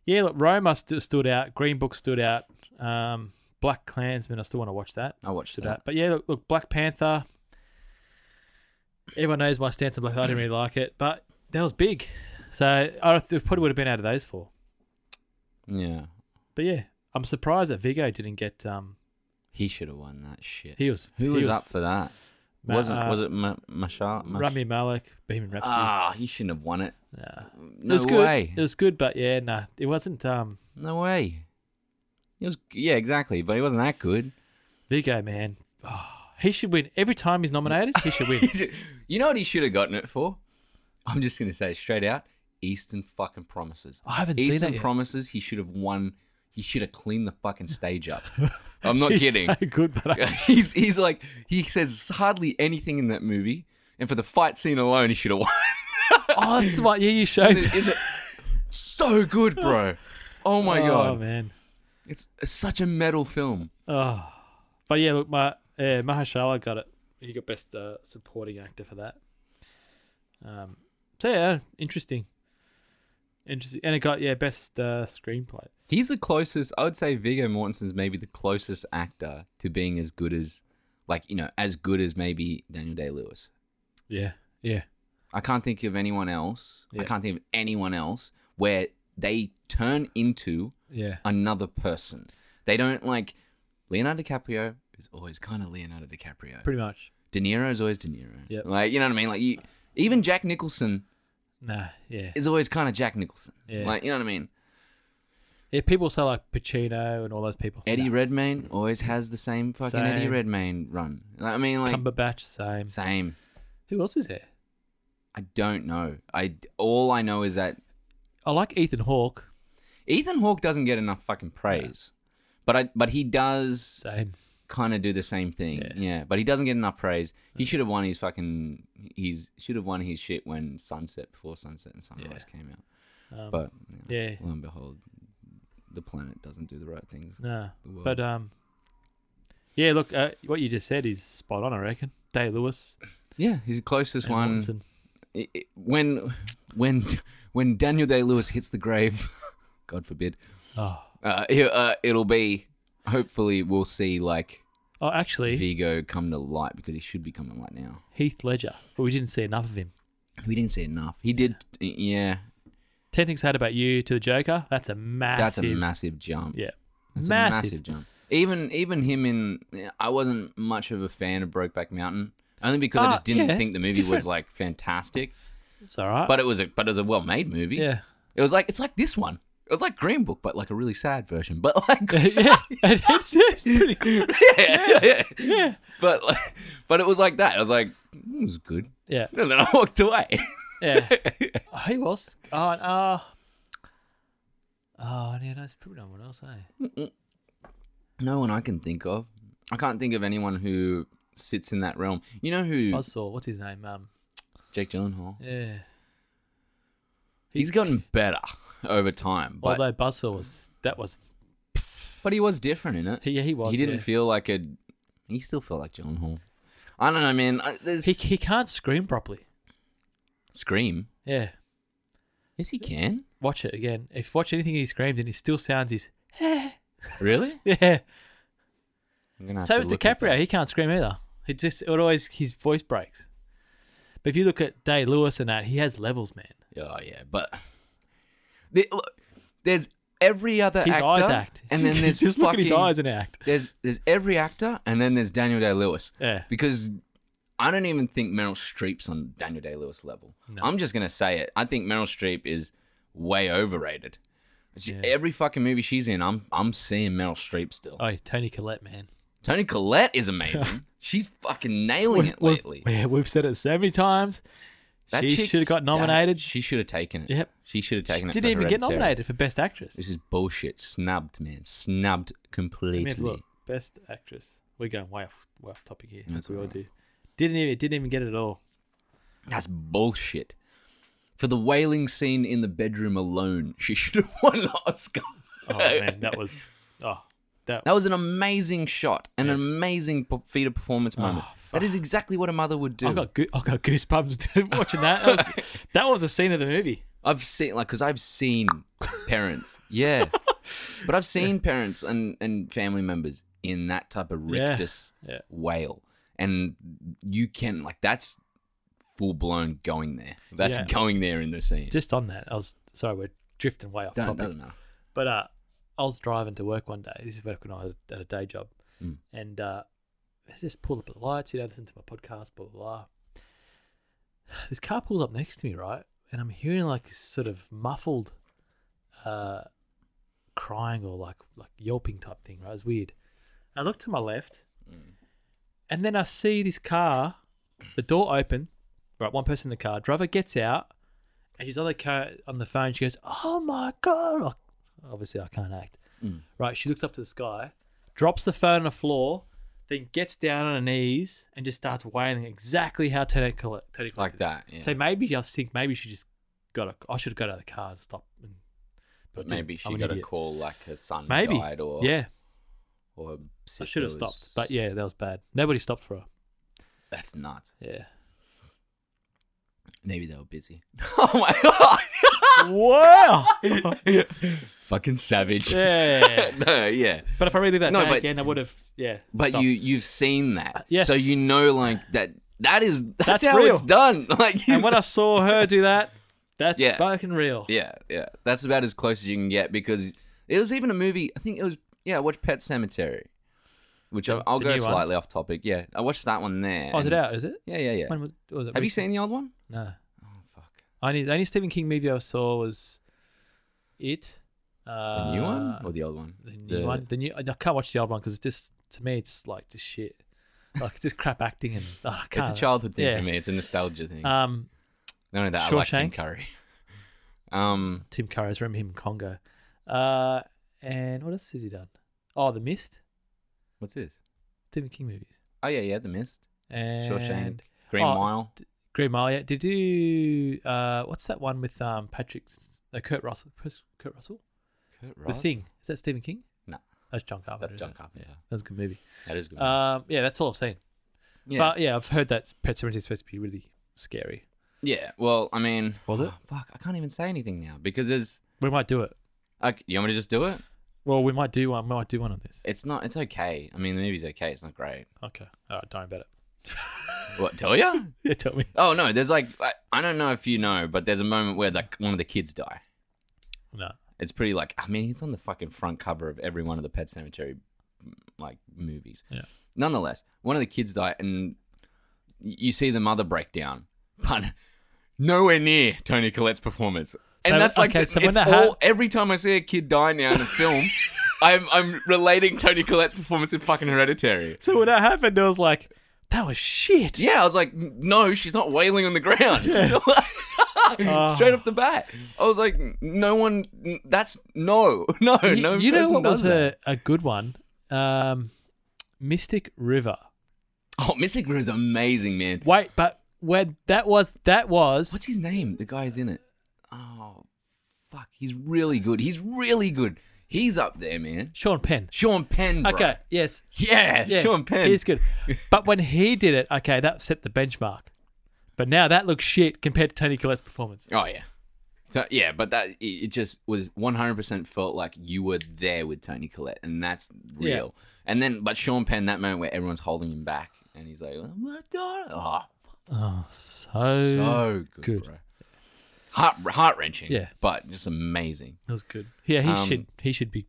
S2: yeah, look, Roma st- stood out. Green Book stood out. Um, Black Klansman. I still want to watch that.
S1: I watched
S2: to
S1: that.
S2: that. But yeah, look, look, Black Panther. Everyone knows my stance on Black Panther. I didn't really like it, but that was big. So I don't- it probably would have been out of those four.
S1: Yeah,
S2: But yeah, I'm surprised that Vigo didn't get. Um,
S1: he should have won that shit.
S2: he was he
S1: Who was, up for that?
S2: Ma-
S1: wasn't
S2: uh,
S1: was it Ma- Mashal? Mash-
S2: Rami Malek, Bohemian Rhapsody.
S1: Ah, he shouldn't have won it.
S2: Nah.
S1: No
S2: it was good.
S1: way.
S2: It was good, but yeah, nah, it wasn't. Um,
S1: No way. It was yeah, exactly, but he wasn't that good.
S2: Vigo, man, Oh, he should win every time he's nominated. He should win.
S1: you know what he should have gotten it for? I'm just gonna say it straight out, Eastern fucking promises.
S2: I haven't seen
S1: Eastern
S2: that. Yet.
S1: promises. He should have won. He should have cleaned the fucking stage up. I'm not
S2: He's
S1: kidding.
S2: so good, but I,
S1: he's he's like he says hardly anything in that movie, and for the fight scene alone, he should have won.
S2: oh, that's what. Yeah, you showed. me.
S1: In the- so good, bro. Oh my
S2: oh
S1: god,
S2: man.
S1: it's, it's such a metal film.
S2: Oh, but yeah, look, my uh, Mahashala got it. He got best uh, supporting actor for that. Um, so yeah, interesting, interesting, and it got yeah best uh, screenplay.
S1: He's the closest. I would say Viggo Mortensen's maybe the closest actor to being as good as, like you know, as good as maybe Daniel Day Lewis.
S2: Yeah, yeah,
S1: I can't think of anyone else. I
S2: Yeah.
S1: can't think of anyone else where they turn into
S2: yeah,
S1: another person. They don't like Leonardo DiCaprio is always kind of Leonardo DiCaprio.
S2: pretty much.
S1: De Niro is always De Niro.
S2: Yep.
S1: Like you know what I mean? Like you, even Jack Nicholson
S2: Nah, yeah,
S1: is always kind of Jack Nicholson.
S2: Yeah.
S1: Like you know what I mean?
S2: yeah. People say like Pacino and all those people.
S1: Eddie
S2: Nah.
S1: Redmayne always has the same fucking Eddie
S2: Same.
S1: Redmayne run. Like, I mean, like
S2: Cumberbatch, same.
S1: same.
S2: Who else is there?
S1: I don't know. I all I know is that
S2: I like Ethan Hawke,
S1: Ethan Hawke doesn't get enough fucking praise, but I but he does
S2: same.
S1: kind of do the same thing. Yeah.
S2: Yeah.
S1: but he doesn't get enough praise. He should have won his fucking. He's should have won his shit when Sunset before Sunset and Sunrise came out.
S2: Um,
S1: But yeah,
S2: yeah,
S1: lo and behold, the planet doesn't do the right things.
S2: nah.
S1: The world.
S2: But um, yeah. Look, uh, what you just said is spot on. I reckon. Day Lewis,
S1: yeah, his closest
S2: and
S1: one.
S2: Watson.
S1: it- it- when when when Daniel Day Lewis hits the grave, God forbid,
S2: Oh,
S1: Uh, it, uh, it'll be hopefully we'll see like
S2: oh actually,
S1: Vigo come to light because he should be coming light now.
S2: Heath Ledger, but we didn't see enough of him.
S1: We didn't see enough. He did, yeah.
S2: Ten things I hate about you to the Joker. That's a massive.
S1: That's a massive jump.
S2: Yeah,
S1: That's
S2: massive.
S1: a massive jump. Even even him in I wasn't much of a fan of Brokeback Mountain only because I
S2: Ah,
S1: just didn't
S2: yeah,
S1: think the movie was
S2: different.
S1: like fantastic.
S2: It's all right.
S1: But it was a but it was a well made movie.
S2: yeah,
S1: It was like it's like this one. It was like Green Book, but like a really sad version. But like
S2: yeah, it's, it's pretty cool.
S1: yeah, yeah.
S2: Yeah,
S1: But like, but it was like that. I was like, "Mm, it was good.
S2: yeah,
S1: And then I walked away.
S2: yeah. Who else? Oh, uh, oh, yeah, that's probably no one else, eh?
S1: no one I can think of. I can't think of anyone who sits in that realm. You know who?
S2: Buzzsaw, what's his name? Um,
S1: Jake Gyllenhaal.
S2: yeah.
S1: He's gotten better over time, but
S2: Although Buzzsaw was that was
S1: but he was different in it.
S2: he, yeah, he was
S1: he didn't
S2: yeah.
S1: feel like a. He still felt like Gyllenhaal. I don't know, man. I, there's
S2: he he can't scream properly.
S1: scream.
S2: Yeah,
S1: Yes, he can.
S2: watch it again. If you watch anything he screams and he still sounds his
S1: Really?
S2: yeah.
S1: I'm gonna have
S2: Same
S1: to
S2: as
S1: look at
S2: DiCaprio, he can't scream either. He just it always his voice breaks. But if you look at Day Lewis and that, he has levels, man.
S1: that. Oh yeah, but The- look, there's every other
S2: His
S1: actor,
S2: eyes act,
S1: and then there's
S2: just look
S1: fucking
S2: at his eyes and act.
S1: there's there's every actor, and then there's Daniel Day Lewis.
S2: Yeah,
S1: because I don't even think Meryl Streep's on Daniel Day Lewis level. I'm just gonna say it. I think Meryl Streep is way overrated. She-
S2: Yeah.
S1: Every fucking movie she's in, I'm I'm seeing Meryl Streep still.
S2: oh Tony Collette, man.
S1: Tony Collette is amazing. she's fucking nailing it
S2: We've-
S1: lately.
S2: Yeah, we've said it so many times.
S1: That
S2: she
S1: chick-
S2: should have got
S1: Damn,
S2: nominated.
S1: she should have taken it.
S2: Yep.
S1: She should have taken it.
S2: Didn't
S1: for
S2: even get
S1: Hereditary.
S2: nominated for Best Actress.
S1: This is bullshit. Snubbed, man. Snubbed
S2: Let me have a
S1: completely.
S2: look. Best Actress. We're going way off, way off topic here.
S1: That's
S2: That's what we all
S1: alright.
S2: do. Didn't even didn't even get it at all.
S1: That's bullshit. For the wailing scene in the bedroom alone, she should have won an Oscar.
S2: Oh man, that was oh that,
S1: That was an amazing shot, and an amazing p- feat of performance moment. that is exactly what a mother would do.
S2: I Ah, got goo- I got goosebumps watching that. That was, that was a scene of the movie.
S1: I've seen like because I've seen parents, yeah, but I've seen parents and and family members in that type of
S2: Yeah.
S1: rictus
S2: Yeah.
S1: wail, and you can like that's full blown going there. That's
S2: Yeah.
S1: going there in the scene.
S2: Just on that, I was sorry we're drifting way off
S1: Don't-
S2: topic.
S1: doesn't matter.
S2: But uh, I was driving to work one day. This is back when I was at a day job,
S1: Mm.
S2: and uh, I just pulled up the lights. You know, listen to my podcast, blah blah blah. This car pulls up next to me, right, and I'm hearing like this sort of muffled, uh, crying or like like yelping type thing. Right, it was weird. I look to my left, and then I see this car, the door open, right, one person in the car. Driver gets out, and she's on the car on the phone. She goes, "Oh my god!" Like, obviously, I can't act. Right, she looks up to the sky, drops the phone on the floor, then gets down on her knees and just starts wailing exactly how Tony Collette. Tony Collette
S1: like
S2: did it.
S1: that. Yeah.
S2: So maybe I think maybe she just got a. I should have got out of the car and stopped. And, but I didn't.
S1: maybe she
S2: I'm an
S1: got a
S2: idiot.
S1: call like her son
S2: Maybe.
S1: died, or
S2: yeah,
S1: or her
S2: I
S1: sister
S2: should have
S1: was-
S2: stopped. But yeah, that was bad. Nobody stopped for her.
S1: that's nuts.
S2: Yeah.
S1: Maybe they were busy. Oh my god!
S2: wow.
S1: Fucking savage.
S2: yeah.
S1: no, yeah.
S2: But if I really that
S1: No,
S2: day
S1: but-
S2: again, I would have. Yeah.
S1: But
S2: stopped.
S1: you you've seen that,
S2: yes.
S1: so you know like that. That is that's,
S2: That's
S1: how
S2: real.
S1: it's done. Like, you
S2: And when I saw her do that, that's
S1: Yeah.
S2: fucking real.
S1: yeah, yeah. That's about as close as you can get because it was even a movie. I think it was yeah. I watched Pet Cemetery, which I,
S2: The-
S1: I'll
S2: the
S1: go
S2: new one?
S1: slightly off topic. Yeah, I watched that one there.
S2: Oh, is it
S1: and-
S2: out? Is it?
S1: Yeah, yeah, yeah.
S2: When was, was it?
S1: Have you
S2: recent?
S1: seen the old one?
S2: No.
S1: Oh fuck.
S2: Only the only Stephen King movie I saw was it.
S1: The
S2: Uh,
S1: new one or the old one?
S2: The new one. The new. I can't watch the old one because it's just to me it's like just shit. Like it's just crap acting and oh, I
S1: It's
S2: can't.
S1: a childhood thing
S2: yeah.
S1: for me. It's a nostalgia thing.
S2: Um,
S1: Not only that, I like Tim
S2: Shawshank.
S1: Curry. Um,
S2: Tim Curry's remember him in Congo. Uh, and what else has he done? Oh, The Mist.
S1: what's this?
S2: Stephen King movies.
S1: Oh yeah, yeah, The Mist,
S2: And
S1: Shawshank, Green
S2: oh,
S1: Mile.
S2: Green Mile. Yeah. Did you? Uh, what's that one with um Patrick? Uh, Kurt Russell. Chris- Kurt Russell.
S1: Kurt
S2: The Thing. Is that Stephen King?
S1: No.
S2: That's John Carpenter.
S1: That's
S2: isn't
S1: John
S2: it?
S1: Carpenter.
S2: Yeah, that was a good movie.
S1: That is a good. one.
S2: Um, yeah, that's all I've seen.
S1: yeah.
S2: But yeah, I've heard that Pet Cemetery is supposed to be really scary.
S1: yeah. Well, I mean,
S2: Was it?
S1: oh, fuck, I can't even say anything now because there's.
S2: We might do it.
S1: Okay, you want me to just do it?
S2: Well, we might do one. We might do one on this.
S1: It's not. It's okay. I mean, the movie's okay. It's not great.
S2: Okay. All right. Don't bet it.
S1: What? Tell you?
S2: Yeah, tell me.
S1: Oh no. There's like I, I don't know if you know, but there's a moment where like one of the kids die.
S2: No.
S1: It's pretty like I mean, he's on the fucking front cover of every one of the Pet Cemetery mm, like movies.
S2: Yeah.
S1: Nonetheless, one of the kids die, and y- you see the mother break down, but nowhere near Tony Collette's performance. And
S2: So-
S1: that's like
S2: okay,
S1: it's,
S2: so when
S1: it's
S2: that
S1: all
S2: hap-
S1: every time I see a kid die now in a film, I'm I'm relating Tony Collette's performance in fucking Hereditary.
S2: So when that happened, I was like, "That was shit."
S1: Yeah, I was like, no, she's not wailing on the ground. Straight off the bat, I was like, no one. That's no, no,
S2: You,
S1: no.
S2: you know
S1: person
S2: what
S1: does
S2: was
S1: that.
S2: a, a good one? Um, Mystic River.
S1: Oh, Mystic River is amazing, man.
S2: Wait, but where that was that was
S1: What's his name? The guy's in it. Oh, fuck. He's really good. He's really good. He's up there, man.
S2: Sean Penn.
S1: Sean Penn. Bro.
S2: Okay. Yes.
S1: Yeah,
S2: Yeah,
S1: Sean Penn.
S2: He's good. But when he did it, okay, that set the benchmark. But now that looks shit compared to Tony Collette's performance.
S1: Oh yeah. So yeah, but that it, it just was 100% felt like you were there with Tony Collette, and that's real. And then, but Sean Penn, that moment where everyone's holding him back, and he's like, "I'm not done." Oh,
S2: Oh, so,
S1: so good,
S2: good.
S1: bro. Heart heart wrenching.
S2: Yeah.
S1: but just amazing.
S2: that was good. Yeah, he
S1: Um,
S2: should he should be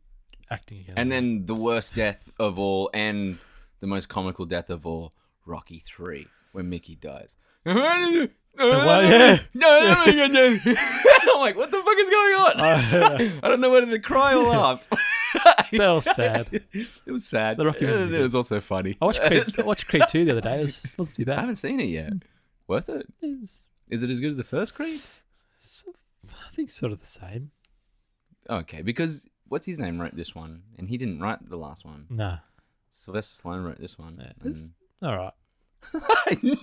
S2: acting again.
S1: And then the worst death of all, and the most comical death of all, Rocky Three, where Mickey dies. No,
S2: yeah.
S1: I'm like, what the fuck is going on?
S2: Uh,
S1: I don't know whether to cry or laugh.
S2: that was sad.
S1: It was sad.
S2: The Rocky
S1: it,
S2: movies are Oh,
S1: it was also funny.
S2: I watched Creed, I watched Creed two the other day. It was, wasn't too
S1: I
S2: bad.
S1: haven't seen it
S2: Hmm.
S1: yet. Worth it?
S2: It was,
S1: Is it as good as the first Creed?
S2: so- I think sort of the same.
S1: Okay, because what's his name wrote this one, and he didn't write the last one.
S2: Nah,
S1: Sylvester Stallone wrote this one.
S2: yeah,
S1: and-
S2: it's all right.
S1: no,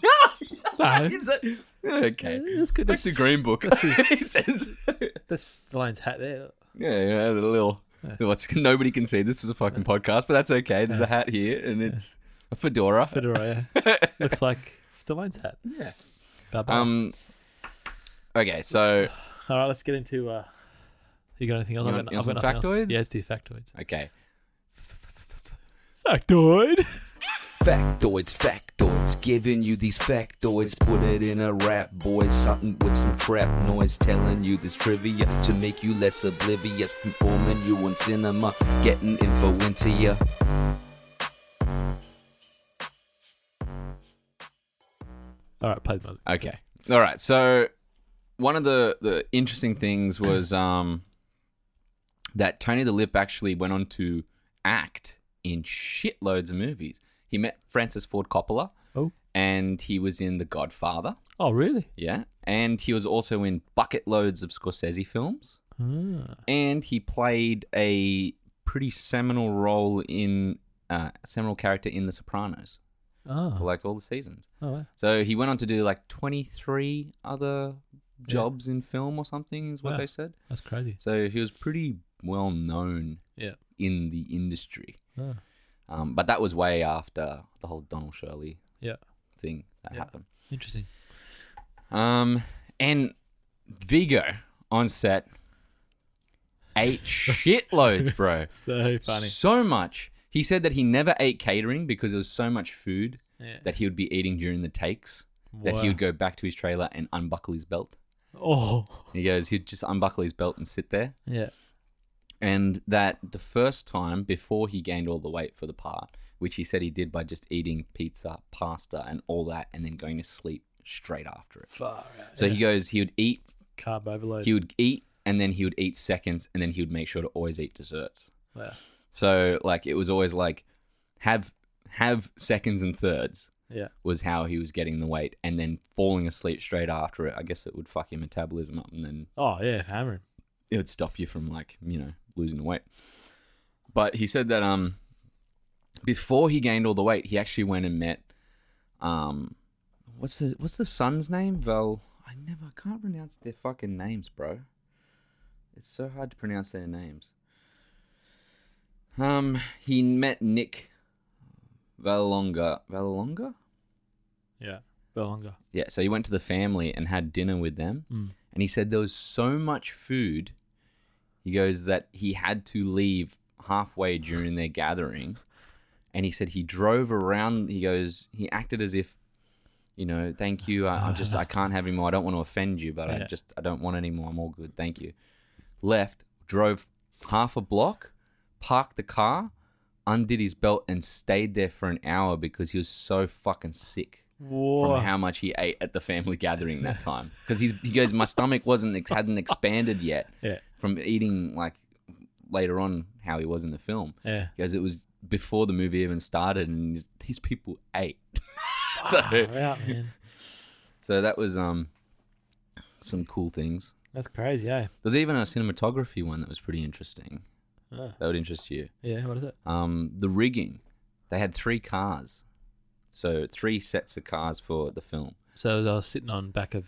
S2: No.
S1: Is that- okay.
S2: It's good.
S1: Back to
S2: That's-
S1: Green Book. He says,
S2: That's Stallone's hat there.
S1: yeah, yeah, the little. What's nobody can see. This is a fucking podcast, but that's okay. There's a hat here, and it's a fedora.
S2: Fedora looks like Stallone's hat. Yeah. Um,
S1: Um. Okay, so
S2: all right, let's get into. Uh, you got anything else?
S1: You
S2: I've
S1: want-
S2: got-
S1: you want some
S2: I've got nothing else.
S1: factoids?
S2: Yeah, let's do factoids.
S1: okay,
S2: Factoid.
S3: Factoids, factoids, giving you these factoids. Put it in a rap, boys. Something with some trap noise, telling you this trivia to make you less oblivious. Informing you on cinema, getting info into ya.
S2: All right, play the music.
S1: okay, all right. So one of the the interesting things was um that Tony the Lip actually went on to act in shitloads of movies. He met Francis Ford Coppola,
S2: Oh.
S1: and he was in The Godfather.
S2: Oh, really?
S1: Yeah. And he was also in bucket loads of Scorsese films.
S2: Ah.
S1: And he played a pretty seminal role in uh, a seminal character in The Sopranos for
S2: Oh.
S1: like all the seasons.
S2: oh wow.
S1: So he went on to do like 23 other jobs in film or something, is what
S2: Wow.
S1: they said.
S2: That's crazy.
S1: So he was pretty well known
S2: Yeah.
S1: in the industry.
S2: Oh.
S1: Um, but that was way after the whole Donald Shirley
S2: Yeah.
S1: thing that
S2: Yeah.
S1: happened.
S2: Interesting.
S1: Um, and Vigo on set ate shitloads, bro.
S2: So funny.
S1: So much. He said that he never ate catering because there was so much food
S2: Yeah.
S1: that he would be eating during the takes that he
S2: Wow.
S1: would go back to his trailer and unbuckle his belt.
S2: Oh.
S1: He goes, he'd just unbuckle his belt and sit there.
S2: Yeah.
S1: And that the first time before he gained all the weight for the part, which he said he did by just eating pizza, pasta, and all that, and then going to sleep straight after it.
S2: Far out.
S1: So he goes, he would eat
S2: Carb overload.
S1: he would eat and then he would eat seconds and then he would make sure to always eat desserts
S2: wow.
S1: so like it was always like have have seconds and thirds
S2: Yeah.
S1: was how he was getting the weight and then falling asleep straight after it i guess it would fuck your metabolism up and then
S2: Oh yeah, hammering.
S1: it would stop you from like you know losing the weight but he said that um before he gained all the weight he actually went and met um what's the what's the son's name val i never I can't pronounce their fucking names bro it's so hard to pronounce their names um he met nick valonga valonga
S2: Yeah. Belonga.
S1: yeah, so he went to the family and had dinner with them.
S2: Mm.
S1: And he said there was so much food, He goes that he had to leave halfway during their gathering, and he said he drove around. He goes he acted as if, you know, thank you. I, I just I can't have any more. I don't want to offend you, but I
S2: Yeah.
S1: just I don't want any more. I'm all good. Thank you. Left, drove half a block, parked the car, undid his belt, and stayed there for an hour because he was so fucking sick
S2: Whoa.
S1: from how much he ate at the family gathering that time. Because he goes, my stomach wasn't ex- hadn't expanded yet
S2: Yeah.
S1: from eating like later on how he was in the film.
S2: yeah.
S1: He goes, it was before the movie even started, and he's- these people ate. so,
S2: Far out, man.
S1: so that was um some cool things.
S2: That's crazy, eh?
S1: There's even a cinematography one that was pretty interesting.
S2: Oh,
S1: That would interest you.
S2: yeah, what is it?
S1: Um, the rigging. They had three cars, so three sets of cars for the film.
S2: So I was sitting on back of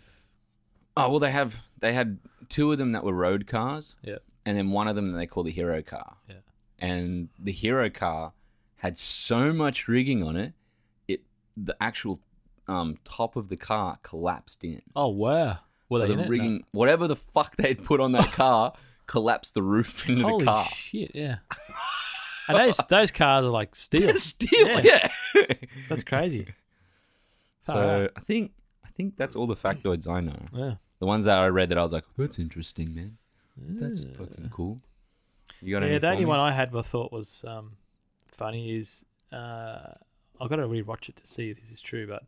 S1: Oh well, they have they had two of them that were road cars,
S2: yeah.
S1: and then one of them that they call the hero car.
S2: Yeah.
S1: And the hero car had so much rigging on it, it the actual um, top of the car collapsed in.
S2: Oh wow. Were
S1: So the
S2: they in it? No.
S1: rigging, whatever the fuck they'd put on that car, collapsed the roof into
S2: Holy
S1: the car.
S2: shit! Yeah. and those those cars are like steel.
S1: Steel, yeah.
S2: That's crazy. Far
S1: so
S2: out.
S1: I think I think that's all the factoids I know.
S2: yeah.
S1: The ones that I read that I was like, that's interesting, man. That's fucking cool. You got
S2: yeah,
S1: any?
S2: the
S1: for
S2: only
S1: me?
S2: one I had I thought was um, funny is uh, I've got to rewatch it to see if this is true, but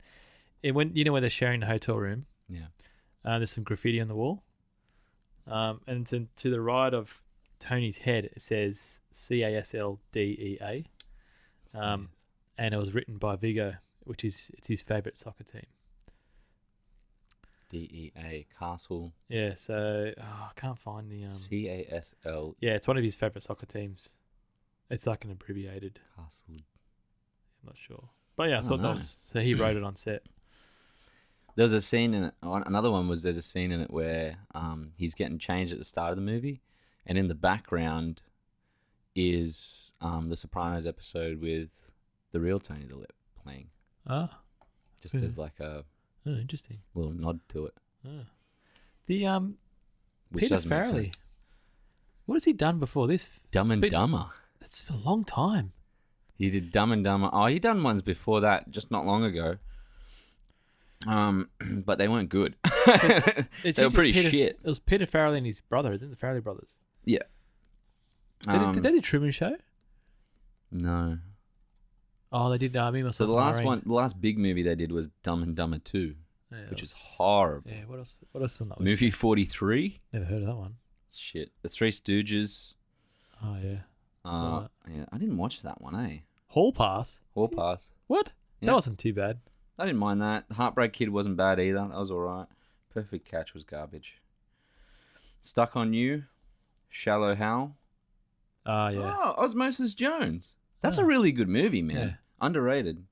S2: it went you know where they're sharing the hotel room.
S1: Yeah.
S2: Uh, there's some graffiti on the wall, um, and to, to the right of Tony's head it says C A S L D E A, um, and it was written by Vigo, which is it's his favorite soccer team.
S1: DEA E Castle
S2: Yeah, so oh, I can't find the um,
S1: C A S L
S2: yeah, it's one of his favorite soccer teams. It's like an abbreviated.
S1: Castle.
S2: I'm not sure. But yeah, I
S1: Oh,
S2: thought that
S1: nice.
S2: was so he wrote it on set.
S1: There's a scene in it. on- Another one was there's a scene in it where um, he's getting changed at the start of the movie, and in the background is um, the Sopranos episode with the real Tony the Lip playing,
S2: Ah,
S1: just
S2: Yeah.
S1: as like a
S2: oh, interesting.
S1: little nod to it.
S2: Ah. The um
S1: Which
S2: Peter
S1: does make sense.
S2: Farrelly. What has he done before this?
S1: Dumb
S2: It's
S1: and
S2: been-
S1: Dumber.
S2: That's a long time.
S1: He did Dumb and Dumber. Oh, he done ones before that, just not long ago. Um, but they weren't good.
S2: It's
S1: they were
S2: usually
S1: pretty
S2: Peter-
S1: shit.
S2: It was Peter Farrelly and his brother, isn't it? The Farrelly brothers.
S1: Yeah.
S2: Did,
S1: Um,
S2: it- did they do Truman Show?
S1: No.
S2: Oh, they did. Uh, me
S1: So
S2: myself.
S1: the
S2: and
S1: last
S2: Irene.
S1: one, the last big movie they did was Dumb and Dumber Two,
S2: Yeah, that
S1: which is
S2: was-
S1: horrible.
S2: yeah. What else? What else is on that list?
S1: Movie forty three.
S2: Never heard of that one.
S1: Shit, The Three Stooges.
S2: Oh yeah. Saw
S1: Uh,
S2: that.
S1: yeah, I didn't watch that one, eh?
S2: Hall Pass.
S1: Or pass.
S2: What?
S1: Yeah.
S2: That wasn't too bad.
S1: I didn't mind that. Heartbreak Kid wasn't bad either. That was all right. Perfect Catch was garbage. Stuck on You, Shallow Hal.
S2: Ah yeah.
S1: Oh, Osmosis Jones. That's
S2: Oh.
S1: a really good movie, man.
S2: Yeah.
S1: Underrated.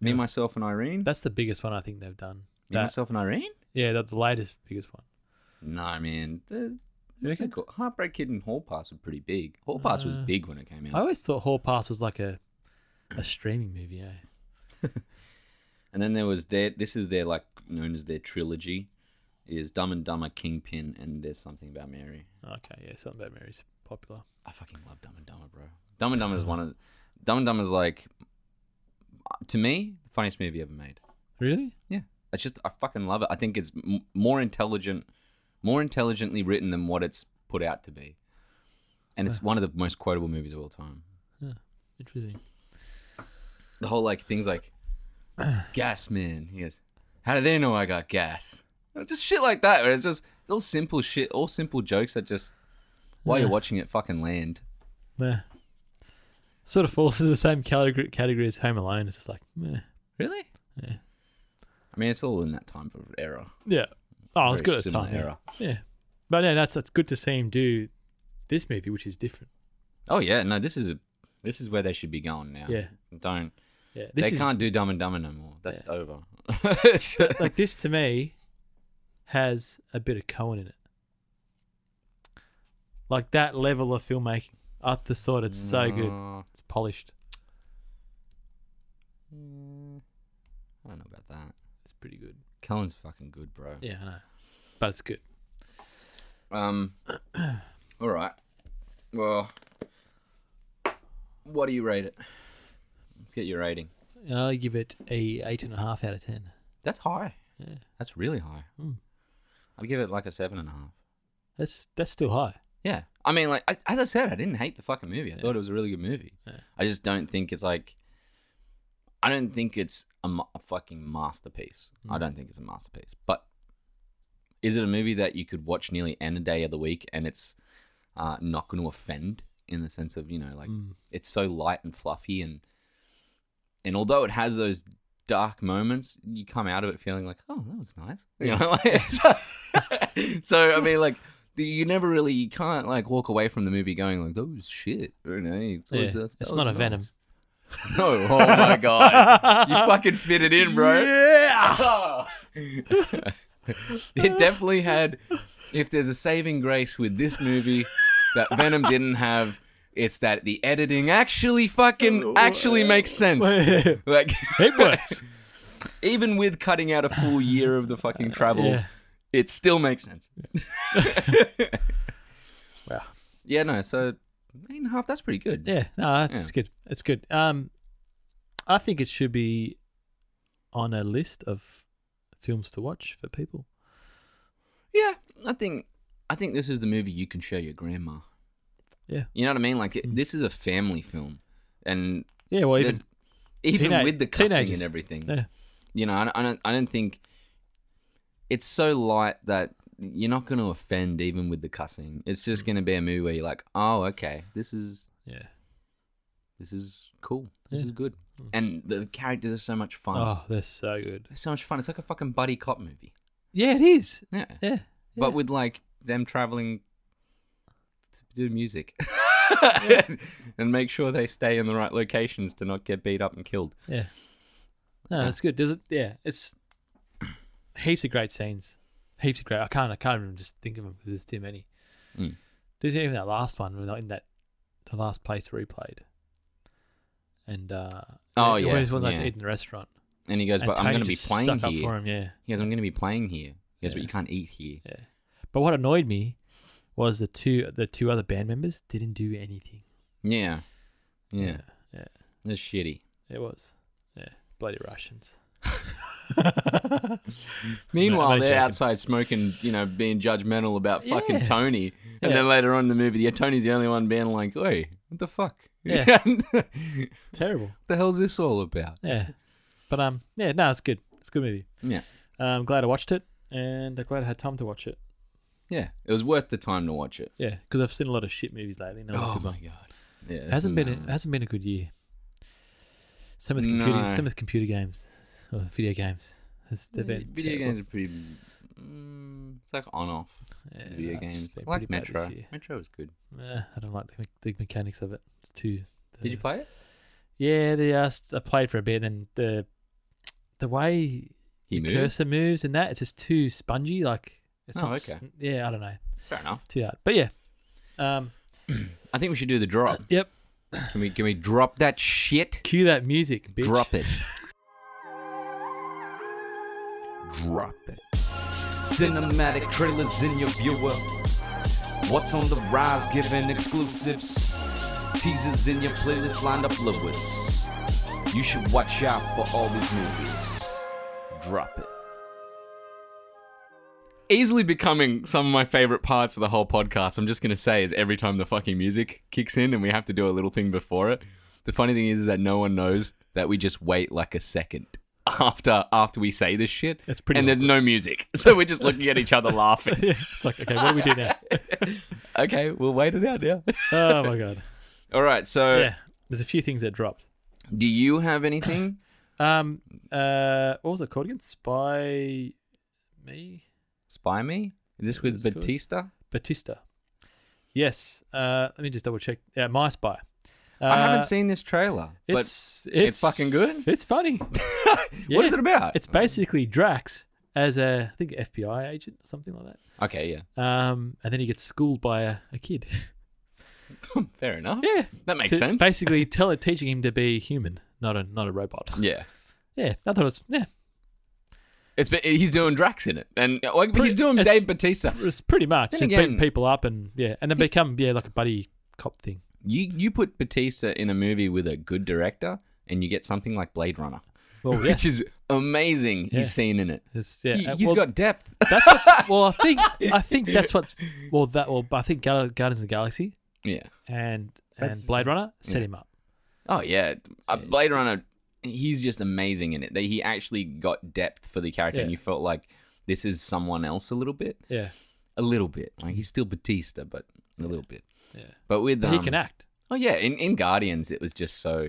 S1: Me,
S2: Yeah.
S1: myself, and Irene.
S2: That's the biggest one I think they've done.
S1: Me,
S2: That-
S1: myself, and Irene.
S2: yeah, that's the latest biggest one.
S1: No, man. The,
S2: You
S1: what's it
S2: reckon?
S1: called? Heartbreak Kid and Hall Pass were pretty big. Hall Pass was
S2: Uh,
S1: big when it came
S2: I
S1: out.
S2: always thought Hall Pass was like a a streaming movie. Eh?
S1: And then there was their. This is their like known as their trilogy. Is Dumb and Dumber, Kingpin, and there's something about Mary.
S2: Okay, yeah, something about Mary's popular.
S1: I fucking love Dumb and Dumber, bro. Dumb and Dumber is one of. Dumb and Dumber is like, to me, the funniest movie ever made.
S2: Really?
S1: Yeah, it's just I fucking love it. I think it's m- more intelligent, more intelligently written than what it's put out to be, and it's one of the most quotable movies of all time.
S2: Interesting.
S1: The whole like things like gas man. He goes, "How do they know I got gas?" You know, Just shit like that. Where it's just it's all simple shit, all simple jokes that just while you're
S2: Yeah.
S1: watching it, fucking land.
S2: Meh. Sort of falls into the same category, category as Home Alone. It's just like, meh.
S1: Really?
S2: Yeah.
S1: I mean, it's all in that time of era.
S2: Yeah. Oh, it was
S1: Very
S2: good at the
S1: similar
S2: time. Yeah.
S1: era.
S2: yeah. But yeah, that's that's good to see him do this movie, which is different.
S1: Oh yeah, no, this is a, this is where they should be going now.
S2: Yeah.
S1: Don't
S2: Yeah. This
S1: they
S2: is
S1: can't do Dumb and Dumber no more. That's over.
S2: like this to me has a bit of Cohen in it. Like that level of filmmaking. Up the sort, it's so good.
S1: Uh,
S2: It's polished.
S1: I don't know about that.
S2: It's pretty good.
S1: Cullen's fucking good, bro.
S2: Yeah, I know. But it's good.
S1: Um. All right. do you rate it? Let's get your rating.
S2: I'll give it a eight and a half out of ten.
S1: That's high.
S2: Yeah.
S1: That's really high.
S2: Hmm.
S1: I'd give it like a seven and a half.
S2: That's that's still high.
S1: Yeah. I mean, like, I, as I said, I didn't hate the fucking movie. I thought it was a really good movie.
S2: Yeah.
S1: I just don't think it's like, I don't think it's a, ma- a fucking masterpiece. I don't think it's a masterpiece. But is it a movie that you could watch nearly any day of the week and it's uh, not going to offend in the sense of, you know, like, it's so light and fluffy and, and although it has those dark moments, you come out of it feeling like, oh, that was nice. You know, like, so, so, I mean, like, the- you never really, you can't like walk away from the movie going like, that was shit. You know, it's,
S2: Yeah,
S1: that's-
S2: it's
S1: that
S2: not
S1: was
S2: a Venom.
S1: nice. No, oh my
S2: Mm.
S1: god, you fucking fit it in, bro.
S2: Yeah.
S1: It definitely had. If there's a saving grace with this movie that Venom didn't have, it's that the editing actually fucking actually makes sense.
S2: it
S1: Like
S2: works.
S1: even with cutting out a full year of the fucking travels,
S2: Uh, yeah.
S1: it still makes sense.
S2: Wow.
S1: Yeah, no, so eight and a half, that's pretty good.
S2: Yeah, no, that's good. It's good. Um, I think it should be on a list of films to watch for people.
S1: Yeah. I think I think this is the movie you can show your grandma.
S2: Yeah. Mm.
S1: You know what I mean? Like it, this is a family film. And
S2: Yeah, well, even
S1: there's- even
S2: Teenage-
S1: with the cussing
S2: teenagers.
S1: and everything.
S2: Yeah.
S1: You know, I don't, I don't I don't think it's so light that you're not going to offend even with the cussing. It's
S2: Mm.
S1: just going to be a movie where you're like, "Oh, okay. This is
S2: yeah.
S1: this is cool. This
S2: Yeah. Mm.
S1: is good. And the characters are so much fun.
S2: Oh, they're so good.
S1: They're so much fun. It's like a fucking buddy cop movie.
S2: Yeah, it is.
S1: Yeah.
S2: Yeah,
S1: But with like them traveling to do music and make sure they stay in the right locations to not get beat up and killed.
S2: yeah. No, it's good. Does it? Yeah, it's heaps of great scenes. Heaps of great. I can't. I can't even just think of them because there's too many.
S1: Mm.
S2: There's even that last one when they're in that the last place where he played. And uh,
S1: Oh,
S2: when he
S1: yeah,
S2: was allowed to
S1: yeah.
S2: eat in the restaurant.
S1: And he goes,
S2: And
S1: But I'm
S2: Tony
S1: going to be
S2: just
S1: playing
S2: stuck up
S1: here.
S2: for him, yeah.
S1: He goes, I'm going to be playing here. He goes, But
S2: Yeah.
S1: you can't eat here.
S2: But what annoyed me was the two the two other band members didn't do anything.
S1: Yeah. Yeah.
S2: yeah, yeah.
S1: That's shitty.
S2: it was. Yeah, bloody Russians.
S1: Meanwhile,
S2: only
S1: they're
S2: joking.
S1: outside smoking, you know, being judgmental about fucking
S2: Yeah.
S1: Tony. And
S2: Yeah.
S1: then later on in the movie, yeah, Tony's the only one being like, Oi, what the fuck?
S2: Yeah.
S1: what
S2: Terrible.
S1: the hell's this all about?
S2: Yeah. But um yeah, no, it's good. It's a good movie.
S1: Yeah.
S2: Uh, I'm glad I watched it and I'm glad I had time to watch it.
S1: Yeah. It was worth the time to watch it.
S2: Yeah, because I've seen a lot of shit movies lately. No,
S1: Oh
S2: good
S1: my
S2: one.
S1: god. Yeah.
S2: It
S1: that's
S2: hasn't been
S1: another-
S2: it hasn't been a good year. Some of the computer
S1: No.
S2: some of the computer games or video games. It's, they've
S1: Yeah,
S2: been
S1: video
S2: terrible.
S1: games are pretty. Mm, it's like on off.
S2: Yeah,
S1: video
S2: no, it's
S1: games.
S2: been
S1: I like
S2: pretty bad
S1: Metro.
S2: this year.
S1: Metro was good.
S2: Eh, I don't like the, me- the mechanics of it. It's too. The,
S1: Did you play it?
S2: Yeah, they asked. I played for a bit, and then the the way
S1: He moved.
S2: cursor moves and that it's just too spongy. Like it's
S1: Oh,
S2: not.
S1: okay.
S2: s- Yeah, I don't know.
S1: Fair enough.
S2: Too hard. But yeah. Um.
S1: I think we should do the drop.
S2: Yep.
S1: Can we? Can we drop that shit?
S2: Cue that music, bitch.
S1: Drop it.
S3: Drop it. Cinematic trailers in your viewer. What's on the rise, giving exclusives. Teasers in your playlist lined up lowest. You should watch out for all these movies. Drop it.
S1: Easily becoming some of my favorite parts of the whole podcast. I'm just gonna say is every time the fucking music kicks in and we have to do a little thing before it. The funny thing is, is that no one knows that we just wait like a second after after we say this shit.
S2: That's pretty
S1: And there's no music, so we're just looking at each other laughing.
S2: Yeah, it's like okay, what do we do now?
S1: Okay, we'll wait it out now.
S2: Oh my god.
S1: All right, so
S2: Yeah. There's a few things that dropped.
S1: do you have anything?
S2: Um. Uh. What was it called again? Spy. Me.
S1: Spy Me? Is this
S2: That's
S1: with
S2: good.
S1: Batista?
S2: Batista. Yes. Uh, let me just double check. Yeah, My Spy. Uh,
S1: I haven't seen this trailer. But
S2: It's, it's
S1: fucking good?
S2: It's funny.
S1: what is
S2: yeah.
S1: it about?
S2: it's basically Drax as a I think FBI agent or something like
S1: okay, yeah.
S2: that. Um, and then he gets schooled by a, a kid.
S1: Fair enough.
S2: yeah,
S1: That makes
S2: To
S1: sense.
S2: Basically, tell it teaching him to be human, not a not a robot.
S1: Yeah.
S2: Yeah, I thought it was yeah,
S1: It's be- he's doing Drax in it, and uh, like, he's doing
S2: it's-
S1: Dave Batista.
S2: it was pretty much
S1: Then
S2: just
S1: again-
S2: beating people up and yeah, and then become yeah like a buddy cop thing.
S1: You you put Batista in a movie with a good director, and you get something like Blade Runner,
S2: Well, Oh, yeah,
S1: which is amazing.
S2: Yeah.
S1: He's seen in it.
S2: it's- yeah.
S1: He,
S2: uh,
S1: has
S2: well,
S1: got depth.
S2: that's what, well. I think I think that's what. Well, that well, I think Gal- Guardians of the Galaxy
S1: yeah.
S2: and
S1: That's-
S2: and Blade Runner set
S1: yeah.
S2: him up.
S1: Oh yeah. Uh, Blade Runner. He's just amazing in it. They- He actually got depth for the character, and
S2: Yeah.
S1: you felt like this is someone else a little bit.
S2: Yeah,
S1: a little bit. Like he's still Batista, but a little bit.
S2: Mm. Yeah.
S1: But with
S2: but
S1: um,
S2: he can act.
S1: Oh yeah, in, in Guardians it was just so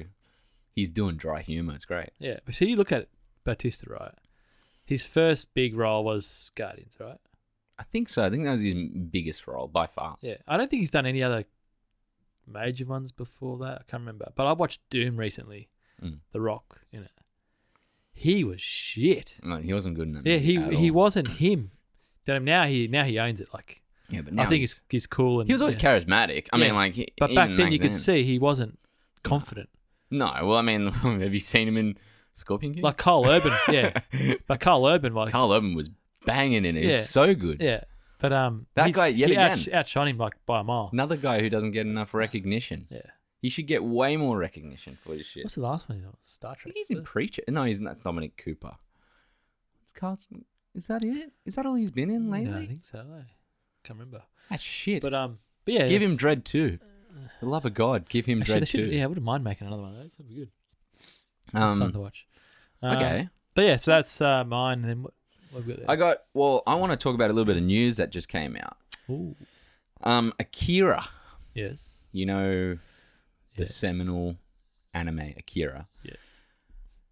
S1: he's doing dry humor. It's great.
S2: Yeah, but see, you look at Batista, right? His first big role was Guardians, right?
S1: I think so. I think that was his biggest role by far.
S2: Yeah, I don't think he's done any other major ones before that. I can't remember, but I watched Doom recently.
S1: Mm.
S2: The Rock in it, he was shit.
S1: No, he wasn't good in that.
S2: Yeah,
S1: movie
S2: he
S1: Mm, at
S2: he
S1: all.
S2: wasn't him. Then now he now he owns it. Like
S1: Yeah, but
S2: I think he's, he's cool. And
S1: he was always
S2: yeah.
S1: charismatic. I
S2: Yeah,
S1: mean, like, he,
S2: But back
S1: even
S2: then, you could see he wasn't confident.
S1: No, well, I mean, have you seen him in Scorpion King?
S2: Like Carl Urban, yeah. But Carl Urban, like,
S1: Carl Urban was banging in it. He's
S2: Yeah.
S1: so good.
S2: yeah. But um,
S1: That
S2: he's-
S1: guy, yet
S2: he
S1: again.
S2: outsh- outshone him like by a mile.
S1: Another guy who doesn't get enough recognition.
S2: Yeah.
S1: He should get way more recognition for his shit.
S2: What's the last one? he was on? Star
S1: I
S2: Trek.
S1: think he's in Preacher. No, he's that's Dominic Cooper. It's Carlton. Is that it? Is that all he's been in
S2: Yeah, I
S1: lately?
S2: think so. eh? Can't remember.
S1: That's shit.
S2: But um, but yeah,
S1: give him
S2: that's-
S1: Dread too. The love of God, give him
S2: Actually, they
S1: Dread
S2: should,
S1: too.
S2: yeah, I wouldn't mind making another one. though. That'd be good. It's fun to
S1: um,
S2: watch. Um,
S1: okay.
S2: But yeah, so that's uh, mine. And then what, what have we got
S1: I
S2: there?
S1: got. Well, I want to talk about a little bit of news that just came out.
S2: Ooh.
S1: Um, Akira.
S2: Yes.
S1: You know, the
S2: Yeah.
S1: seminal anime Akira.
S2: Yeah.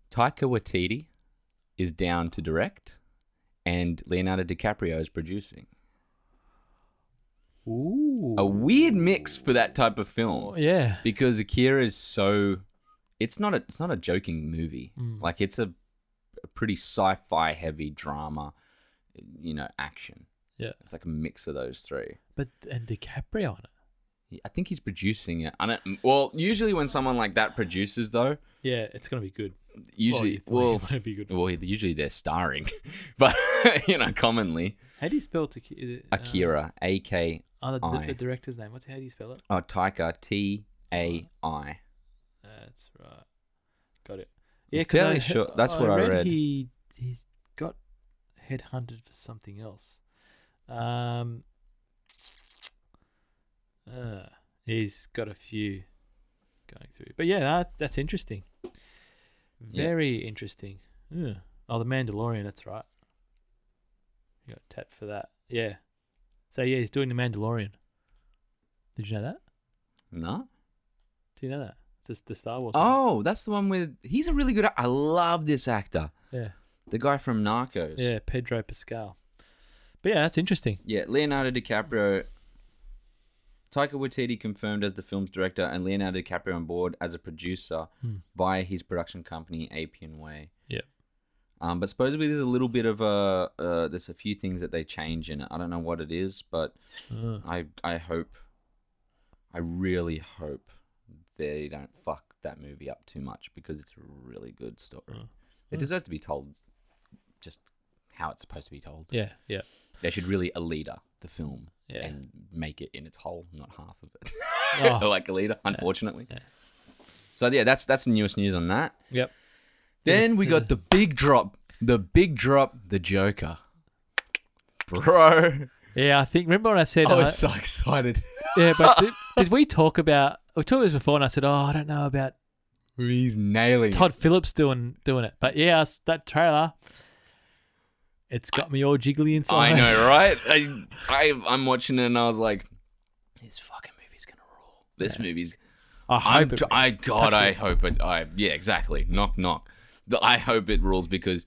S1: Taika Waititi is down to direct, and Leonardo DiCaprio is producing.
S2: Ooh.
S1: A weird mix for that type of film.
S2: Oh, yeah.
S1: because Akira is so it's not a it's not a joking movie.
S2: Mm.
S1: Like it's a, a pretty sci-fi heavy drama, you know, action.
S2: Yeah.
S1: It's like a mix of those three.
S2: But and DiCaprio on it.
S1: I think he's producing it. I don't, well, usually when someone like that produces though,
S2: Yeah, it's gonna be good.
S1: usually
S2: well,
S1: well,
S2: it would be good.
S1: well, usually they're starring, but you know, commonly
S2: How do you spell Taki- is it, um,
S1: Akira, A K
S2: Oh, the,
S1: I.
S2: the director's name. What's how do you spell it?
S1: oh, Taika T A I.
S2: That's Uh, right. Got it. Yeah, 'cause
S1: fairly
S2: I,
S1: sure- that's what I read.
S2: He he's got headhunted for something else. Um, uh, he's got a few going through, but yeah, that, that's interesting.
S1: Yeah.
S2: Very interesting. Yeah. Oh, the Mandalorian. That's right. You got tapped for that. Yeah. So yeah, he's doing the Mandalorian. Did you know that?
S1: No.
S2: Do you know that? Just the Star Wars. one.
S1: Oh, that's the one with he's a really good. ac- I love this actor.
S2: Yeah.
S1: The guy from Narcos.
S2: Yeah, Pedro Pascal. But yeah, that's interesting.
S1: Yeah, Leonardo DiCaprio. Taika Waititi confirmed as the film's director and Leonardo DiCaprio on board as a producer
S2: Hmm.
S1: via his production company Apian Way.
S2: Yep.
S1: Um, but supposedly there's a little bit of a uh, there's a few things that they change in it. I don't know what it is, but
S2: Uh,
S1: I I hope I really hope they don't fuck that movie up too much because it's a really good story.
S2: Mm.
S1: It deserves to be told just how it's supposed to be told.
S2: yeah, yeah,
S1: They should really Alita the film
S2: Yeah.
S1: and make it in its whole, not half of it. like Alita, unfortunately.
S2: Oh. yeah.
S1: So yeah, that's that's the newest news on that.
S2: yep.
S1: Then we got the big drop, the big drop, the Joker. Bro,
S2: Yeah, I think. Remember when I said?
S1: I
S2: I-
S1: was so excited.
S2: yeah, but did, did we talk about? We talked about this before, and I said, "Oh, I don't know about
S1: He's nailing. it.
S2: Todd Phillips doing doing it." But yeah, I s- that trailer, it's got me all jiggly
S1: I
S2: inside.
S1: know, right? I, I I'm watching it and I was like, this fucking movie's gonna rule. This movie's.
S2: I
S1: I'm.
S2: hope it
S1: tr- I God,
S2: Touch
S1: I
S2: wood.
S1: hope it. I yeah, exactly. Knock knock. But I hope it rules because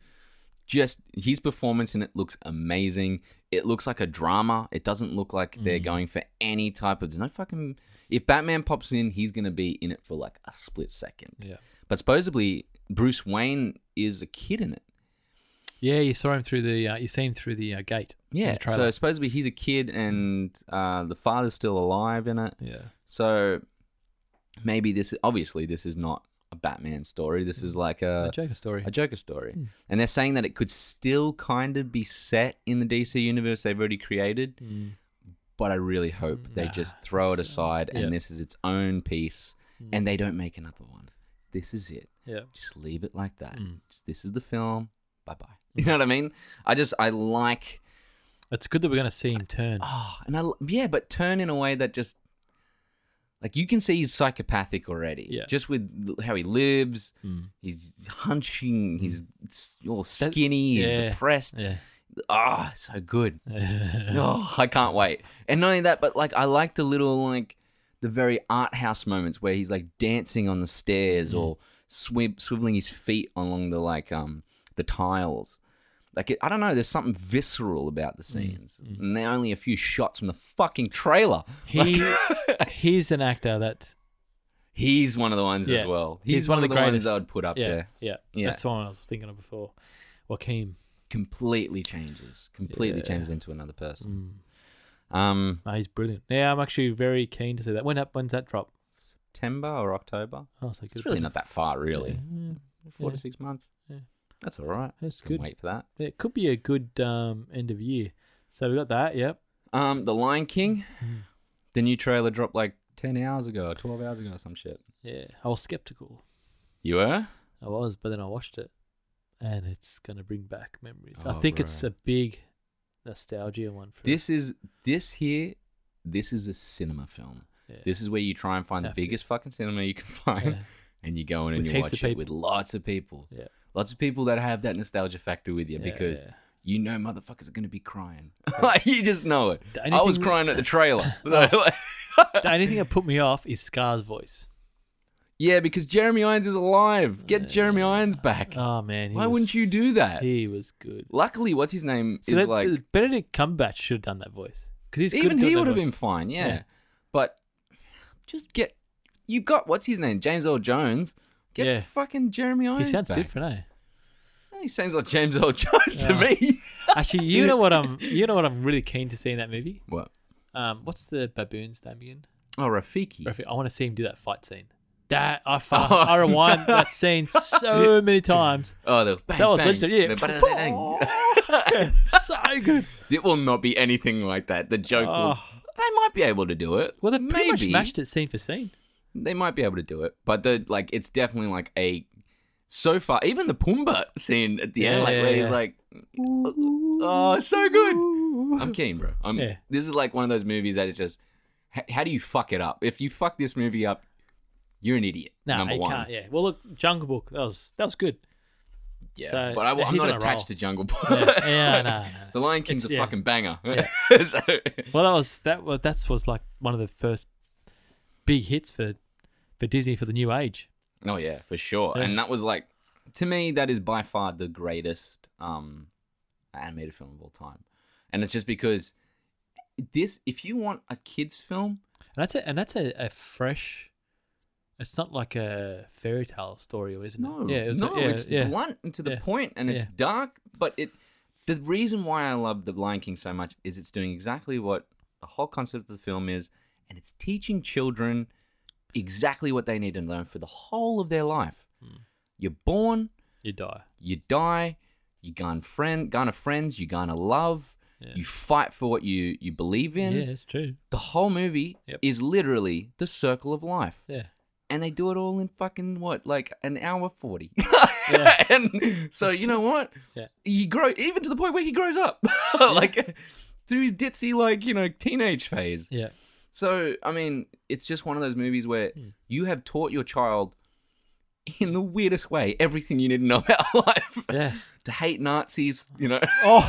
S1: just his performance in it looks amazing. It looks like a drama. It doesn't look like they're
S2: Mm.
S1: going for any type of. There's no fucking. If Batman pops in, he's gonna be in it for like a split second.
S2: Yeah.
S1: But supposedly Bruce Wayne is a kid in it.
S2: Yeah, you saw him through the. Uh, you see him through the uh, gate. in
S1: Yeah.
S2: The
S1: So
S2: trailer.
S1: supposedly he's a kid and uh, the father's still alive in it.
S2: yeah.
S1: So maybe this obviously this is not a Batman story. This is like
S2: A
S1: a
S2: Joker Hmm. story.
S1: a Joker story. And they're saying
S2: Mm.
S1: that it could still kind of be set in the DC universe they've already created, but I really hope they
S2: Hmm. Nah,
S1: just throw it
S2: it's, uh,
S1: aside
S2: yeah. Hmm.
S1: and this is its own piece and they don't make another one. This is it.
S2: yeah.
S1: Just leave it like that.
S2: Mm.
S1: Just, this is the film. Bye bye.
S2: Hmm.
S1: You know what I mean? I just, I like,
S2: It's good that we're going to see him turn.
S1: oh, and I, l- yeah, but turn in a way that just, like, you can see he's psychopathic already.
S2: Yeah.
S1: Just with l- how he lives,
S2: Mm.
S1: he's hunching, he's s- all skinny, he's
S2: Hmm. yeah.
S1: depressed.
S2: Yeah.
S1: Ah, so good. oh, I can't wait. And not only that, but like I like the little like the very art house moments where he's like dancing on the
S2: Mm.
S1: stairs or swi- swiveling his feet along the like um the tiles. Like it, I don't know, there's something visceral about
S2: Mm.
S1: the scenes, and they're only a few shots from the fucking trailer.
S2: he he's an actor that
S1: He's one of the ones
S2: Yeah.
S1: as well.
S2: He's
S1: He's,
S2: one
S1: one,
S2: of
S1: of
S2: the
S1: the, ones
S2: greatest.
S1: I would put up
S2: yeah,
S1: there.
S2: yeah
S1: Yeah.
S2: that's the one I was thinking of before. Joaquin.
S1: Completely changes, completely
S2: Yeah.
S1: changes into another person. Um,
S2: Oh, Mm, he's brilliant. Yeah, I'm actually very keen to see that. When up? When's that drop?
S1: September or October?
S2: Oh, so good.
S1: It's really not that far, really.
S2: Yeah,
S1: Four
S2: Yeah.
S1: to six months.
S2: Yeah.
S1: That's all right.
S2: that's
S1: Can
S2: good.
S1: wait for that.
S2: It could be a good um, end of year. So we got that. Yep.
S1: Um, The Lion King,
S2: Hmm.
S1: the new trailer dropped like ten hours ago, or twelve hours ago, or some shit.
S2: Yeah. I was skeptical.
S1: You were?
S2: I was, but then I watched it, and it's gonna bring back memories. I
S1: Oh,
S2: think it's
S1: bro.
S2: a big nostalgia one for
S1: This is this here. This is a cinema film.
S2: Yeah.
S1: This is where you try and find
S2: Have to.
S1: the biggest fucking cinema you can find,
S2: Yeah.
S1: and you go in and
S2: With
S1: you
S2: heaps
S1: watch it
S2: of
S1: with lots of people.
S2: Yeah.
S1: Lots of people that have that nostalgia factor with you
S2: Yeah,
S1: because
S2: yeah.
S1: you know motherfuckers are gonna be crying. Like you just know it.
S2: The only
S1: I was
S2: thing-
S1: crying at the trailer.
S2: the only thing that put me off is Scar's voice.
S1: yeah, because Jeremy Irons is alive. Get Jeremy Irons back.
S2: Oh man, he
S1: Why
S2: was-
S1: wouldn't you do that?
S2: He was good.
S1: Luckily, what's his name
S2: So
S1: is
S2: that,
S1: like
S2: Benedict Cumberbatch should have done that voice because he's
S1: even
S2: good at
S1: he
S2: doing
S1: would
S2: that
S1: have been
S2: voice.
S1: fine, yeah.
S2: Yeah.
S1: But just get you got what's his name James Earl Jones. Get
S2: Yeah.
S1: fucking Jeremy
S2: He
S1: Irons.
S2: sounds
S1: back.
S2: different, eh?
S1: He sounds like James Earl Jones to
S2: Yeah.
S1: me.
S2: Actually, you know what I'm. You know what I'm really keen to see in that movie.
S1: what?
S2: Um, what's the baboon's name again?
S1: Oh, Rafiki.
S2: Rafi- I want to see him do that fight scene. That I fu-
S1: Oh.
S2: I rewind that scene so many times.
S1: oh, the bang,
S2: That was
S1: bang,
S2: legendary. Yeah.
S1: the bang, bang, bang.
S2: so good.
S1: it will not be anything like that. The joke. Will,
S2: Oh.
S1: they might be able to do it.
S2: Well, they pretty much
S1: Maybe.
S2: smashed it scene for scene.
S1: They might be able to do it, but the like it's definitely like a so far even the Pumbaa scene at the end, like
S2: Yeah,
S1: where
S2: yeah.
S1: he's like, oh, it's so good. I'm kidding, bro. I'm,
S2: Yeah.
S1: This is like one of those movies that is just h- how do you fuck it up? If you fuck this movie up, you're an idiot.
S2: Nah,
S1: number
S2: you
S1: one,
S2: can't. Yeah. Well, look, Jungle Book. That was that was good.
S1: yeah.
S2: So,
S1: but I,
S2: yeah,
S1: am
S2: he's
S1: not
S2: on a roll.
S1: attached to Jungle Book.
S2: Yeah. yeah nah, nah, nah.
S1: The Lion King's
S2: It's-
S1: a
S2: yeah.
S1: fucking banger. so,
S2: Well, that was that. Was, that was like one of the first big hits for for Disney for the new age.
S1: oh yeah, for sure.
S2: Yeah.
S1: And that was like, to me, that is by far the greatest um, animated film of all time. And it's just because this, if you want a kids film,
S2: And that's a and that's a, a fresh. It's not like a fairy tale story, isn't
S1: No,
S2: it? Yeah, it was a-
S1: no,
S2: yeah,
S1: it's
S2: yeah.
S1: blunt and to the
S2: yeah,
S1: point, and it's
S2: yeah.
S1: dark. But it, the reason why I love The Lion King so much is it's doing exactly what the whole concept of the film is, and it's teaching children exactly what they need to learn for the whole of their life.
S2: Hmm.
S1: You're born,
S2: You die.
S1: you die, you garner friend, garner friends, you garner love,
S2: Yeah.
S1: you fight for what you you believe in.
S2: yeah, it's true.
S1: The whole movie
S2: Yep.
S1: is literally the circle of life
S2: Yeah,
S1: and they do it all in fucking what like an hour 40
S2: Yeah.
S1: and so you know what
S2: Yeah.
S1: he grow even to the point where he grows up like through his ditzy like you know teenage phase
S2: yeah,
S1: so i mean it's just one of those movies where
S2: Hmm.
S1: you have taught your child in the weirdest way everything you need to know about life
S2: yeah.
S1: to hate nazis you know
S2: oh,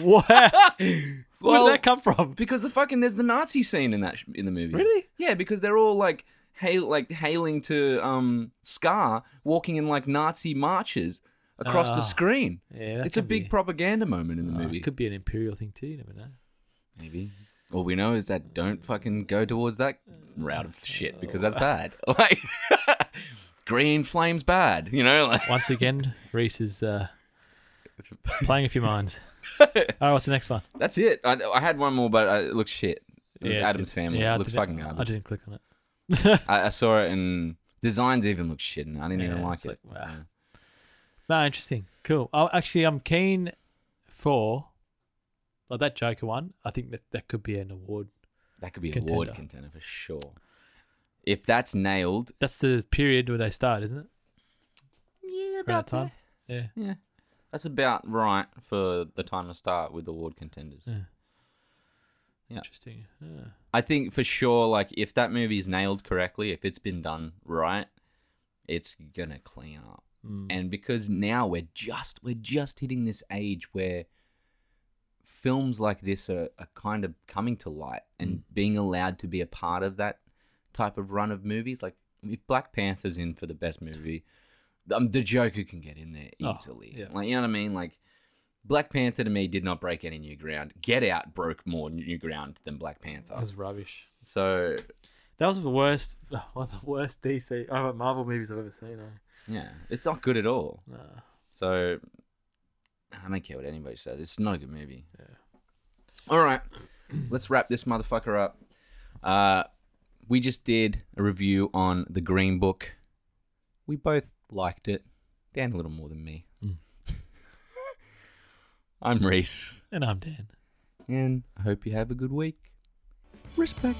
S2: wow. Where
S1: Well-
S2: did that come from?
S1: because the fucking there's the nazi scene in that sh- in the movie
S2: Really?
S1: Yeah, because they're all like hail like hailing to um Scar walking in like Nazi marches across
S2: Ah.
S1: the screen.
S2: Yeah, that
S1: it's a
S2: can
S1: big
S2: be-
S1: propaganda moment in the
S2: Oh,
S1: movie.
S2: It could be an imperial thing too. You never know.
S1: Maybe. All we know is that don't fucking go towards that route of shit because
S2: Oh.
S1: that's bad. Like green flames bad, you know, like
S2: Once again, Reese is uh, playing a few minds. All right, what's the next one?
S1: that's it. I, I had one more but I, it looks shit. It was Adam's
S2: did-
S1: family.
S2: I
S1: it looks
S2: didn't-
S1: fucking
S2: I
S1: garbage.
S2: didn't click on it.
S1: I, I saw it and designs even look shit and I didn't even
S2: Yeah,
S1: like
S2: it's
S1: it.
S2: like, wow.
S1: So-
S2: no, interesting. Cool. Oh, actually, I'm keen for like that Joker one. I think that that could be an award
S1: That could be a
S2: Contender.
S1: award contender for sure. If that's nailed,
S2: That's the period where they start, isn't it?
S1: yeah,
S2: Around time. Yeah.
S1: Yeah, that's about right for the time to start with award contenders.
S2: Yeah.
S1: Yeah.
S2: Interesting. Yeah.
S1: I think for sure, like if that movie is nailed correctly, if it's been done right, it's gonna clean up.
S2: Mm.
S1: And because now we're just we're just hitting this age where films like this are, are kind of coming to light and
S2: Mm.
S1: being allowed to be a part of that type of run of movies. Like if Black Panther's in for the best movie, um, the Joker can get in there
S2: Oh,
S1: easily.
S2: yeah.
S1: Like you know what I mean? Like Black Panther to me did not break any new ground. Get Out broke more new ground than Black Panther.
S2: That was rubbish.
S1: So
S2: That was the worst, one of the worst DC oh, Marvel movies I've ever seen. eh?
S1: yeah, it's not good at all.
S2: Nah.
S1: So I don't care what anybody says. It's not a good movie.
S2: Yeah.
S1: All right, let's wrap this motherfucker up. Uh, we just did a review on the Green Book. We both liked it. Dan a little more than me.
S2: Mm.
S1: I'm Reese,
S2: And I'm Dan.
S1: and I hope you have a good week. Respect.